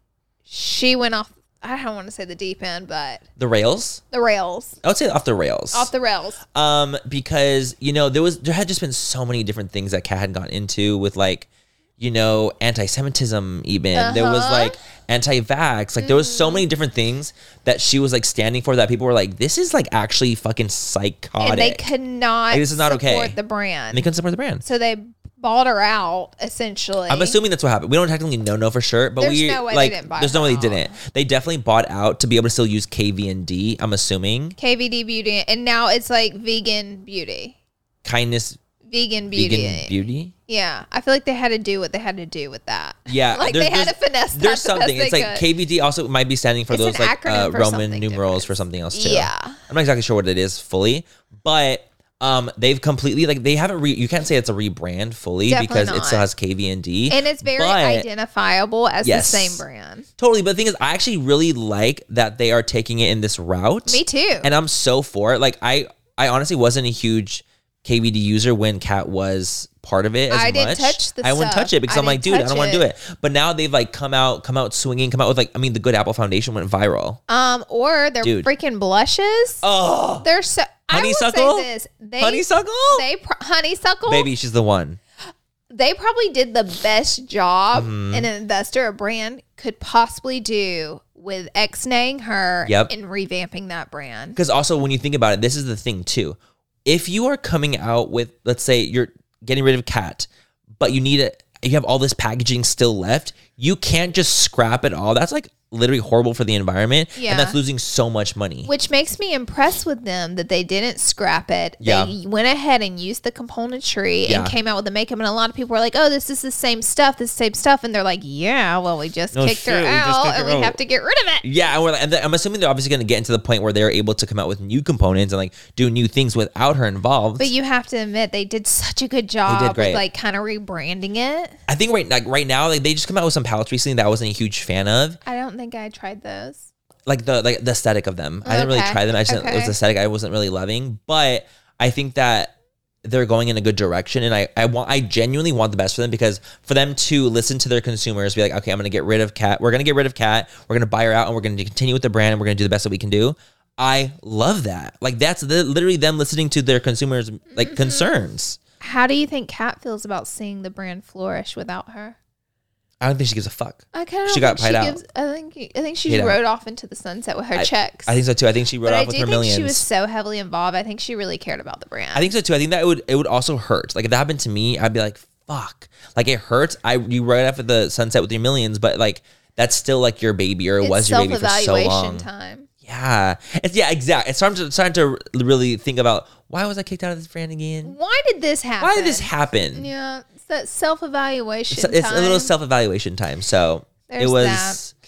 A: She went off, I don't want to say the deep end, but
F: The rails.
A: the rails.
F: I would say off the rails.
A: Off the rails.
F: um because you know there was there had just been so many different things that kat had gone into with like you know anti-semitism even there was
A: Uh-huh.
F: like anti-vax like there was
A: Mm.
F: so many different things that she was like standing for that people were like this is like actually fucking psychotic
A: And they could not
F: Like, this is not okay.
A: support the brand.
F: And they couldn't support the brand
A: so they bought her out essentially.
F: I'm assuming that's what happened. We don't technically know no for sure, but
A: There's
F: we
A: no way they
F: like
A: didn't buy
F: there's no
A: her
F: way
A: out.
F: they didn't. They definitely bought out to be able to still use KV and D. I'm assuming
A: KVD beauty, and now it's like vegan beauty,
F: kindness,
A: vegan beauty.
F: vegan beauty.
A: Yeah, I feel like they had to do what they had to do with that.
F: Yeah,
A: like
F: there's-
A: they had to
F: there's-
A: finesse. that the
F: There's
A: best
F: something.
A: they
F: It's like
A: could.
F: KVD also might be standing for
A: It's an
F: those like
A: acronym
F: uh,
A: for
F: Roman
A: something
F: numerals
A: different.
F: for something else too.
A: Yeah.
F: I'm not exactly sure what it is fully, but um, they've completely like they haven't. Re- you can't say it's a rebrand fully
A: Definitely
F: because it
A: not.
F: still has KV and D.
A: and it's very
F: but-
A: identifiable as
F: Yes.
A: the same brand.
F: Totally, but the thing is, I actually really like that they are taking it in this route.
A: Me too.
F: and I'm so for it. Like I, I honestly wasn't a huge KVD user when Kat was part of it. As
A: I didn't
F: much.
A: touch the
F: I wouldn't
A: stuff.
F: touch it because
A: I
F: I'm like,
A: didn't
F: dude, I
A: touch
F: don't want to do
A: it.
F: it. But now they've like come out, come out swinging, come out with like, I mean, the Good Apple Foundation went viral.
A: um, or their
F: Dude.
A: freaking blushes.
F: Oh,
A: They're so. I
F: honeysuckle,
A: will say this. They,
F: honeysuckle,
A: They pro- honeysuckle.
F: baby, she's the one.
A: They probably did the best job
F: Mm-hmm.
A: an investor, a brand could possibly do with ex-naying her
F: Yep.
A: and revamping that brand.
F: Because also, when you think about it, this is the thing too. If you are coming out with, let's say, you're getting rid of cat, but you need it, you have all this packaging still left. You can't just scrap it all. That's like literally horrible for the environment,
A: Yeah.
F: and that's losing so much money.
A: Which makes me impressed with them that they didn't scrap it. They
F: Yeah.
A: went ahead and used the componentry
F: Yeah.
A: and came out with the makeup. And a lot of people were like, oh, this is the same stuff, this same stuff. And they're like, yeah, well, we just
F: No
A: kicked
F: shit,
A: her
F: we just
A: out
F: took her
A: and we
F: out."
A: have to get rid of it.
F: yeah, and, we're, like- and then I'm assuming they're obviously going to get into the point where they're able to come out with new components and like do new things without her involved.
A: But you have to admit, they did such a good job
F: great.
A: with like kind of rebranding it.
F: I think right like right now, like they just come out with some palettes recently that I wasn't a huge fan of.
A: I don't think I tried those.
F: like the like the aesthetic of them. I didn't really
A: Okay.
F: try them. I just it was
A: Okay.
F: aesthetic I wasn't really loving, but I think that they're going in a good direction and I I want I genuinely want the best for them because for them to listen to their consumers be like, "Okay, I'm going to get rid of Cat. We're going to get rid of Cat. We're going to buy her out and we're going to continue with the brand and we're going to do the best that we can do." I love that. Like that's the, literally them listening to their consumers
A: Mm-hmm.
F: like concerns.
A: How do you think Kat feels about seeing the brand flourish without her?
F: I don't think she gives a fuck.
A: I kind of
F: She got
A: she
F: paid out.
A: gives, I think I think she
F: Paid out.
A: rode off into the sunset with her checks.
F: I think so too. I think she wrote
A: but I
F: off
A: do
F: with her
A: think
F: millions.
A: she was so heavily involved. I think she really cared about the brand.
F: I think so too. I think that would it would also hurt. Like if that happened to me, I'd be like, "Fuck!" Like it hurts. I you right after the sunset with your millions, but like that's still like your baby or it
A: it's
F: was your baby for so
A: self-evaluation
F: long.
A: time.
F: Yeah, it's yeah, exactly. It's time to it's time to really think about why was I kicked out of this brand again?
A: Why did this happen?
F: Why did this happen?
A: Yeah, it's that self evaluation.
F: It's, it's a little self evaluation time. So
A: There's
F: it was.
A: that.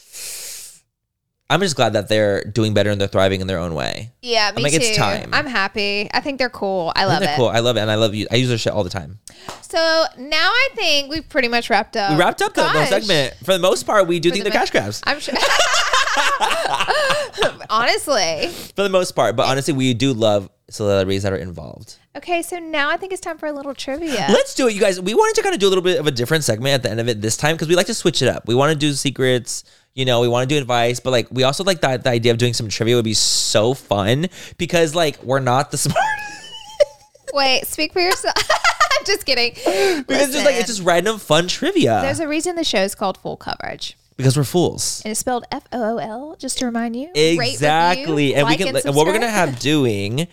F: I'm just glad that they're doing better and they're thriving in their own way.
A: Yeah,
F: I'm
A: me
F: like,
A: too.
F: it's time.
A: I'm happy. I think they're cool. I
F: I think
A: love
F: they're
A: it.
F: cool. I love it, and I love you. I use their shit all the time.
A: So now I think we've pretty much wrapped up.
F: We wrapped up the, the
A: Gosh.
F: segment. For the most part, we do
A: Uh, For
F: think
A: the
F: they're
A: mo-
F: cash grabs.
A: I'm sure. Honestly.
F: For the most part, but honestly, we do love celebrities that are involved.
A: Okay, so now I think it's time for a little trivia.
F: Let's do it, you guys. We wanted to kind of do a little bit of a different segment at the end of it this time because we like to switch it up. We want to do secrets, you know, we want to do advice, but like we also like the, the idea of doing some trivia would be so fun because like we're not the smart.
A: Wait, speak for yourself. just kidding.
F: because it's just like it's
A: Listen,
F: just random fun trivia
A: There's a reason the show is called Full Coverage.
F: because we're fools.
A: And it's spelled F O O L, just to remind you. Rate, review,
F: Exactly. and
A: like
F: we can and
A: subscribe.
F: what we're gonna have doing.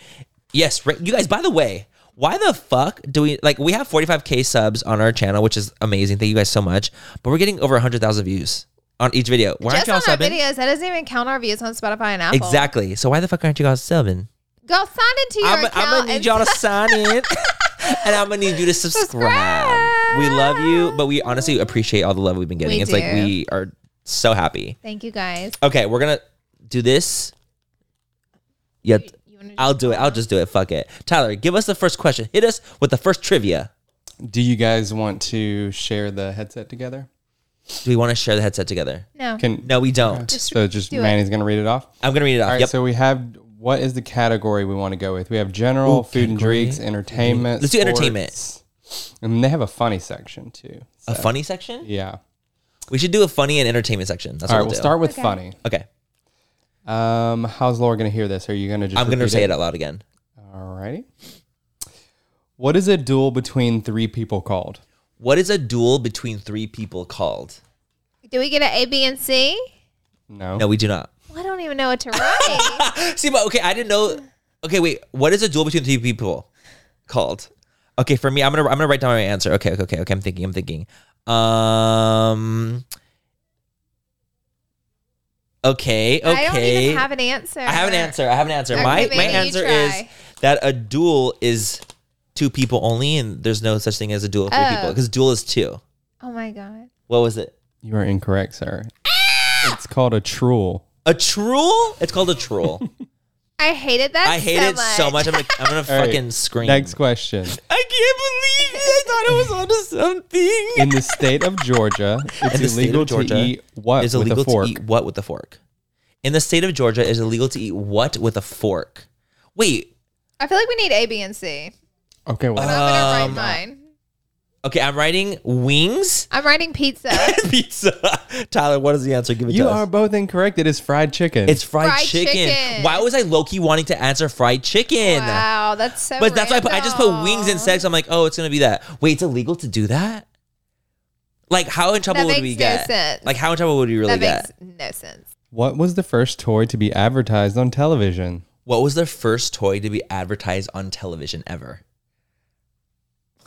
F: Yes, right, you guys. By the way, why the fuck do we like? We have 45k subs on our channel, which is amazing. Thank you guys so much. But we're getting over 100,000 views on each video. Why
A: Just on
F: aren't y'all
A: our
F: subbing?
A: videos. That doesn't even count our views on Spotify and Apple.
F: Exactly. So why the fuck aren't you guys subbing?
A: Go sign into your
F: I'm,
A: account.
F: I'm gonna
A: and
F: need y'all to sign in, and I'm gonna need you to subscribe. We love you, but we honestly appreciate all the love we've been getting.
A: We
F: it's like
A: do.
F: we are so happy.
A: Thank you guys.
F: Okay, we're gonna do this. Yeah,
A: You wanna
F: I'll do it. I'll just do it. Fuck it. Tyler, give us the first question. Hit us with the first trivia.
E: Do you guys want to share the headset together?
F: Do we want to share the headset together?
A: no.
E: Can
F: No, we don't.
E: so just
A: do it.
E: Manny's gonna read it off.
F: I'm gonna read it off.
E: All right,
F: yep.
E: so we have what is the category we want to go with? We have general,
F: Ooh,
E: food and
F: category.
E: drinks, entertainment.
F: Let's do entertainment. Uh,
E: sports. And they have a funny section too.
F: a funny section.
E: uh, Yeah.
F: We should do a funny and entertainment section. That's
E: All right,
F: what
E: we'll
F: we'll, do.
E: start with
A: Okay.
E: funny.
F: Okay.
E: Um, how's Laura gonna hear this? Are you gonna just?
F: I'm gonna
E: repeat
F: say it out loud again.
E: All righty. What is a duel between three people called?
F: What is a duel between three people called?
A: Do we get an A, B, and C?
E: No.
F: No, we do not.
A: Well, I don't even know what to write.
F: See, but okay, I didn't know. Okay, wait. What is a duel between three people called? Okay, for me, I'm gonna I'm gonna write down my answer. Okay, okay, okay, okay. I'm thinking. I'm thinking. Um. Okay. Okay.
A: I don't even have an answer.
F: I have an answer. I have an answer.
A: Okay,
F: my my
A: maybe you
F: answer
A: try.
F: is that a duel is two people only, and there's no such thing as a duel of three
A: Oh.
F: people because duel is two.
A: Oh my god.
F: What was it?
E: You are incorrect, sir. It's called a truel.
F: A troll? It's called a troll.
A: I hated that.
F: I hate
A: so
F: it so much. I'm gonna, I'm gonna
E: All right,
F: fucking scream.
E: Next question.
F: I can't believe it. I thought it was onto something.
E: In the state of Georgia,
F: In the
E: it's
F: state of
E: illegal
F: Georgia,
E: to eat what
F: It's
E: with
F: illegal
E: a fork?
F: to eat what with a fork? In the state of Georgia, it is illegal to eat what with a fork? Wait.
A: I feel like we need A, B, and C.
E: Okay, well,
A: But I'm gonna write
F: Um,
A: mine.
F: Okay, I'm writing wings
A: I'm writing pizza.
F: pizza. Tyler, what is the answer? Give it
E: you
F: to us.
E: are both incorrect. It is fried chicken.
F: It's fried,
A: Fried
F: chicken.
A: chicken.
F: Why was I low key wanting to answer fried chicken?
A: wow, that's so.
F: But that's why I, put, I just put wings
A: random.
F: and sex. I'm like, oh, it's gonna be that. Wait, it's illegal to do that? Like, how in trouble would
A: makes
F: we
A: no
F: get?
A: sense.
F: Like, how in trouble would we really
A: That
F: get?
A: makes no sense.
E: what was the first toy to be advertised on television?
F: What was the first toy to be advertised on television ever?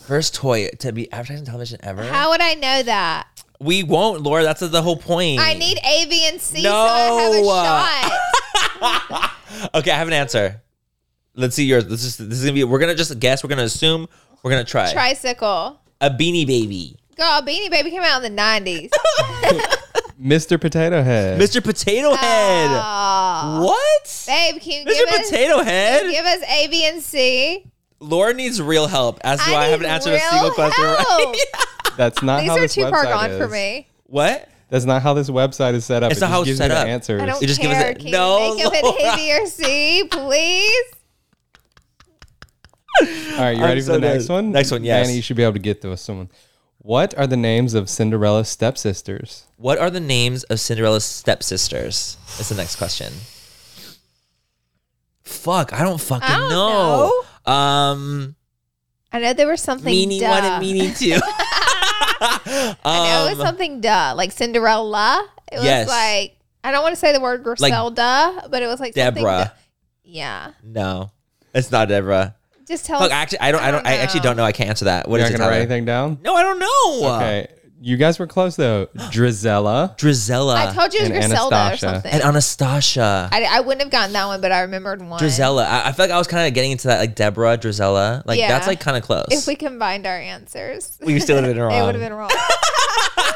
F: First toy to be advertised on television ever?
A: How would I know that?
F: We won't, Laura. That's the whole point.
A: I need A, B, and C so I have a
F: No.
A: shot.
F: Okay, I have an answer. Let's see yours. This is this is gonna be. We're gonna just guess. We're gonna assume. We're gonna try.
A: Tricycle.
F: a beanie baby.
A: Girl, Beanie Baby came out in the 90s.
E: Mr. Potato Head.
F: Mr.
A: Oh.
F: Potato Head.
A: Aw.
F: what?
A: Oh. Babe, can you
F: Mr.
A: give us, can
F: Potato Head.
A: you give us A, B, and C?
F: Laura needs real help. As do I, haven't
A: need
F: answered a
A: real
F: single question. right.
A: help.
E: That's not
A: These
E: how
A: are
E: this
A: too far
E: website
A: gone
E: is.
A: for me.
F: What?
E: That's not how this website is set up.
F: It's
E: It
F: not
E: just
F: how it's
E: gives
F: set
E: you the
F: up.
E: Answers.
A: I don't
F: You just give
A: care.
F: us a-
A: Can you
F: No,
A: make up an
F: Laura.
A: A, B, or C, please?
E: All right, you
F: I'm
E: ready
F: so
E: for the next
F: dead.
E: one?
F: Next one, yes.
E: Manny, you should be able to get this one. What are the names of Cinderella's stepsisters?
F: What are the names of Cinderella's stepsisters? That's the next question. Fuck, I don't fucking
A: I don't
F: know. Um,
A: I know there was something
F: meanie
A: duh.
F: one and meanie two.
A: I know it
F: Um,
A: was something duh, like Cinderella. It was
F: yes.
A: like, I don't want to say the word Griselda, but it was like something
F: Deborah.
A: duh. Yeah.
F: No, it's not Deborah.
A: Just tell
F: Fuck,
A: us.
F: actually, I don't. I don't. I actually don't know. I can't answer that. What
E: You're
F: is
E: not
F: it,
E: gonna write
F: Tyler?
E: anything down?
F: No, I don't know.
E: Okay, you guys were close though. Drizella.
F: Drizella
A: I told you it was
E: and
A: Griselda
E: Anastasia.
A: or something.
F: and um, Anastasia.
A: I, I wouldn't have gotten that one, but I remembered one.
F: Drizella. I, I feel like I was kind of getting into that, like Deborah, Drizella. Like
A: Yeah.
F: that's like kind of close.
A: If we combined our answers,
F: We still would've been
A: it
F: wrong.
A: would have been wrong.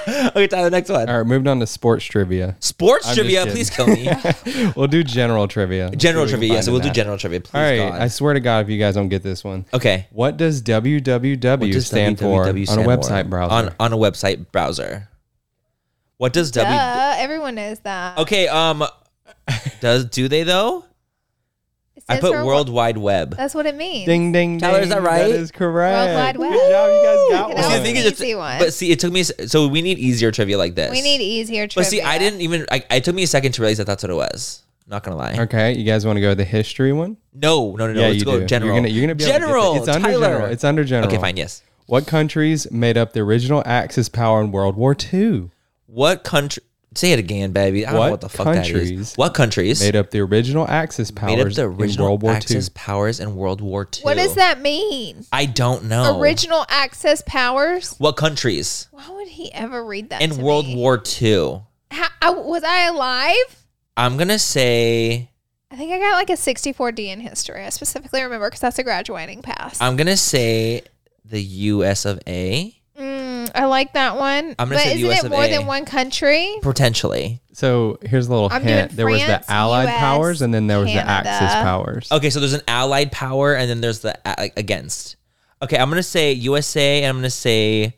F: okay, Tyler, next one.
E: All right, moving on to sports trivia.
F: Sports
E: I'm just
F: trivia,
E: kidding.
F: please kill me.
E: We'll do general trivia. Let's
F: general
E: see what we
F: trivia.
E: can
F: Yes,
E: find
F: we'll
E: in
F: do
E: that.
F: general trivia. Please,
E: All right,
F: God.
E: I swear to God, if you guys don't get this one,
F: okay.
E: what does www
F: What does
E: stand for
F: www
E: on a
F: stand
E: website
F: for?
E: browser?
F: On on a website browser. What does W?
A: Duh, everyone knows that.
F: Okay. Um. Does do they though?
A: It
F: I
A: stands
F: put
A: for
F: World
A: wo-
F: Wide Web.
A: That's what it means.
E: ding ding.
F: Tyler, is that
E: ding.
F: right?
E: That is correct.
A: World Wide
E: Good
A: Web.
E: job, you guys
A: Look
E: got one.
A: at that
F: See,
A: was
F: the thing
A: an
F: is just-
A: easy one.
F: But see, it took me. s- So we need easier trivia like this.
A: We need easier trivia.
F: But see, I didn't even. I, I took me a second to realize that that's what it was. Not gonna lie.
E: Okay, you guys want to go with the history one?
F: No, no, no, no.
E: yeah,
F: Let's
E: you
F: go
E: do.
F: general.
E: You're gonna, you're gonna be able to get
F: general.
E: it. it's under
F: Tyler.
E: general. It's under general.
F: Okay, fine. Yes.
E: What countries made up the original Axis power in World War II?
F: What country? Say it again, baby. I don't know
E: What
F: what the fuck that is.
E: countries
F: What countries
E: Made up the original Axis powers
F: made up the
E: in
F: original
E: World War
F: Axis
E: II.
F: powers in World War II?
A: What does that mean?
F: I don't know.
A: Original access powers.
F: What countries
A: Why would he ever read that?
F: in
A: to
F: World
A: me?
F: War II?
A: How, I, was I alive?
F: I'm gonna say.
A: I think I got like a 64D in history. I specifically remember because that's a graduating pass.
F: I'm gonna say the U.S. of A.
A: Mm, I like that one.
F: I'm gonna
A: but
F: say
A: isn't
F: US
A: it
F: of
A: more
F: A.
A: than one country?
F: Potentially.
E: So here's a little
A: I'm doing
E: hint. There was the
A: France,
E: Allied
A: US,
E: powers, and then there was the Axis
A: Canada.
E: powers.
F: Okay, so there's an allied power, and then there's the a- like, against. Okay, I'm gonna say USA, and I'm gonna say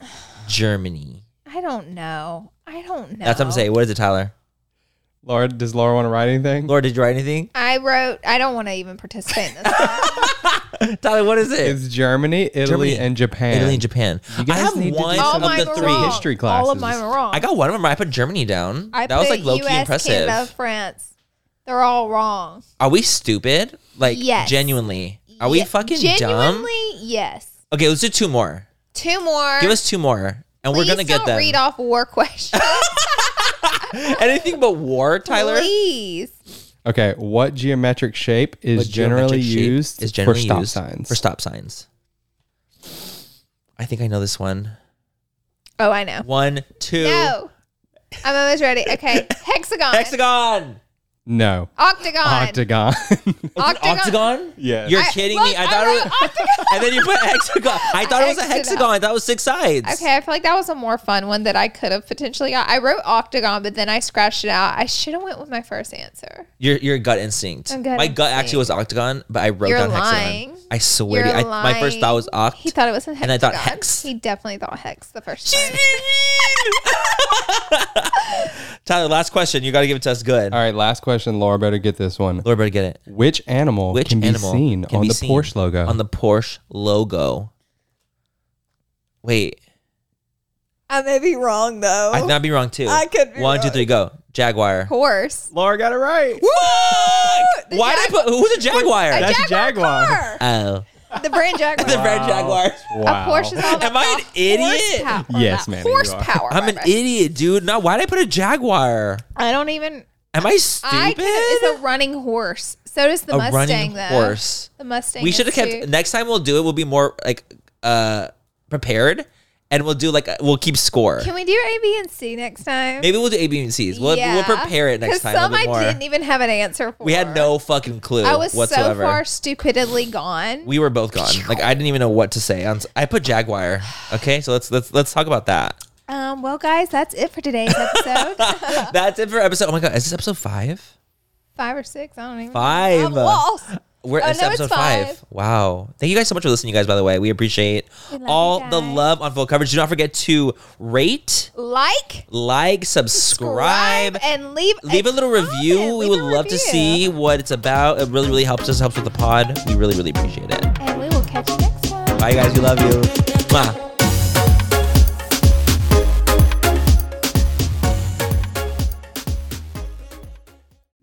F: Germany.
A: I don't know. I don't know.
F: That's what I'm saying. What is it, Tyler?
E: Laura, does Laura want to write anything?
F: Laura, did you write anything?
A: I wrote. I don't want to even participate in this.
F: Tyler, what is it?
E: It's Germany, Italy,
F: Germany.
E: and Japan.
F: Italy and Japan.
E: guys
F: I have
E: need to do
F: one
E: some
A: All
F: of
E: of
A: mine
F: the
A: were
F: three.
A: wrong.
E: history
A: All of
E: classes.
A: mine were wrong.
F: I got one of them. right. I put Germany down.
A: I
F: that was
A: put
F: like low key
A: US,
F: impressive.
A: Canada, France. They're all wrong.
F: Are we stupid? Like
A: Yes.
F: genuinely? Are we
A: Ye-
F: fucking dumb?
A: Genuinely, yes.
F: Okay, let's do two more.
A: Two more.
F: Give us two more, and we're
A: Please
F: gonna get
A: don't
F: them.
A: Read off war questions,
F: Anything but war, Tyler.
A: please.
E: Okay, what geometric shape is
F: But geometric
E: generally
F: shape
E: used
F: is generally
E: for stop
F: used
E: signs?
F: for stop signs. I think I know this one.
A: Oh, I know.
F: One, two,
A: No. I'm almost ready. Okay. Hexagon.
F: hexagon.
E: No.
A: Octagon.
E: Octagon.
A: Octagon.
F: Octagon?
E: Yes.
F: You're
A: I-
F: kidding
A: look,
F: me. I thought it
A: wrote
F: was.
A: octagon.
F: And then you put hexagon. I thought it was a
A: Hexagon.
F: hexagon. I thought it was six sides.
A: Okay, I feel like that was a more fun one that I could have potentially got. I wrote octagon, but then I scratched it out. I should have went with my first answer.
F: Your your gut instinct.
A: I'm gut
F: My gut actually was octagon, but I wrote
A: You're
F: down
A: lying.
F: hexagon. I swear to you. I, my first thought was oct.
A: He thought it was a hexagon.
F: and I thought hex.
A: He definitely thought hex the first time.
F: Tyler, last question. You got to give it to us good.
E: All right, last question. Laura better get this one.
F: Laura better get it.
E: Which animal
F: Which
E: can
F: animal
E: be seen
F: can
E: on
F: be
E: the
F: seen
E: Porsche logo?
F: On the Porsche logo. Wait,
A: I may be wrong though.
F: I could not be wrong too.
A: Oh. I could be
F: One, two,
A: wrong.
F: three, go. Jaguar.
A: Horse.
E: Laura got it right.
F: Fuck!
A: The
F: Why did I
A: jag-
F: put who's a jaguar?
A: A
E: That's jaguar.
A: car.
F: oh,
A: The brand jaguar.
F: the red jaguar.
A: A Porsche is all
F: Am
A: about
F: I an idiot?
A: horsepower.
E: Yes,
A: That
E: ma'am, you are.
A: Horsepower.
F: I'm an
A: Barbara.
F: idiot, dude. Now, why did I put a jaguar?
A: I don't even.
F: Am I stupid?
A: I could- it's a running horse. So does the
F: A running
A: Mustang though.
F: horse.
A: The Mustang.
F: we
A: is
F: should have kept.
A: too-
F: Next time we'll do it. We'll be more like uh prepared, and we'll do like a- we'll keep score.
A: Can we do A, B, and C next time?
F: Maybe we'll do A, B, and C's. We'll, we'll prepare it next
A: 'Cause
F: time a
A: Some
F: little bit more.
A: I didn't even have an answer for.
F: we had no fucking clue
A: I was
F: whatsoever.
A: so far stupidly gone.
F: we were both gone. Like I didn't even know what to say. I'm s- I put Jaguar. Okay, so let's let's let's talk about that.
A: um. Well, guys, that's it for today's episode.
F: That's it for episode. Oh my god, is this episode five?
A: Five or six. I don't even. know.
F: Five.
A: I'm lost.
F: We're
A: Oh,
F: it's
A: no, it's
F: episode five.
A: five.
F: Wow. Thank you guys so much for listening, you guys, by the way. We appreciate
A: love
F: all
A: you
F: the
A: guys.
F: love on full coverage. Do not forget to rate,
A: Like,
F: like, subscribe.
A: subscribe, and leave
F: Leave a little review.
A: comment.
F: We
A: Leave
F: would
A: a
F: love to
A: review.
F: see what it's about. It really, really helps us, helps with the pod. We really, really appreciate it.
A: And we will catch you next time.
F: Bye, guys. We love you. Mwah.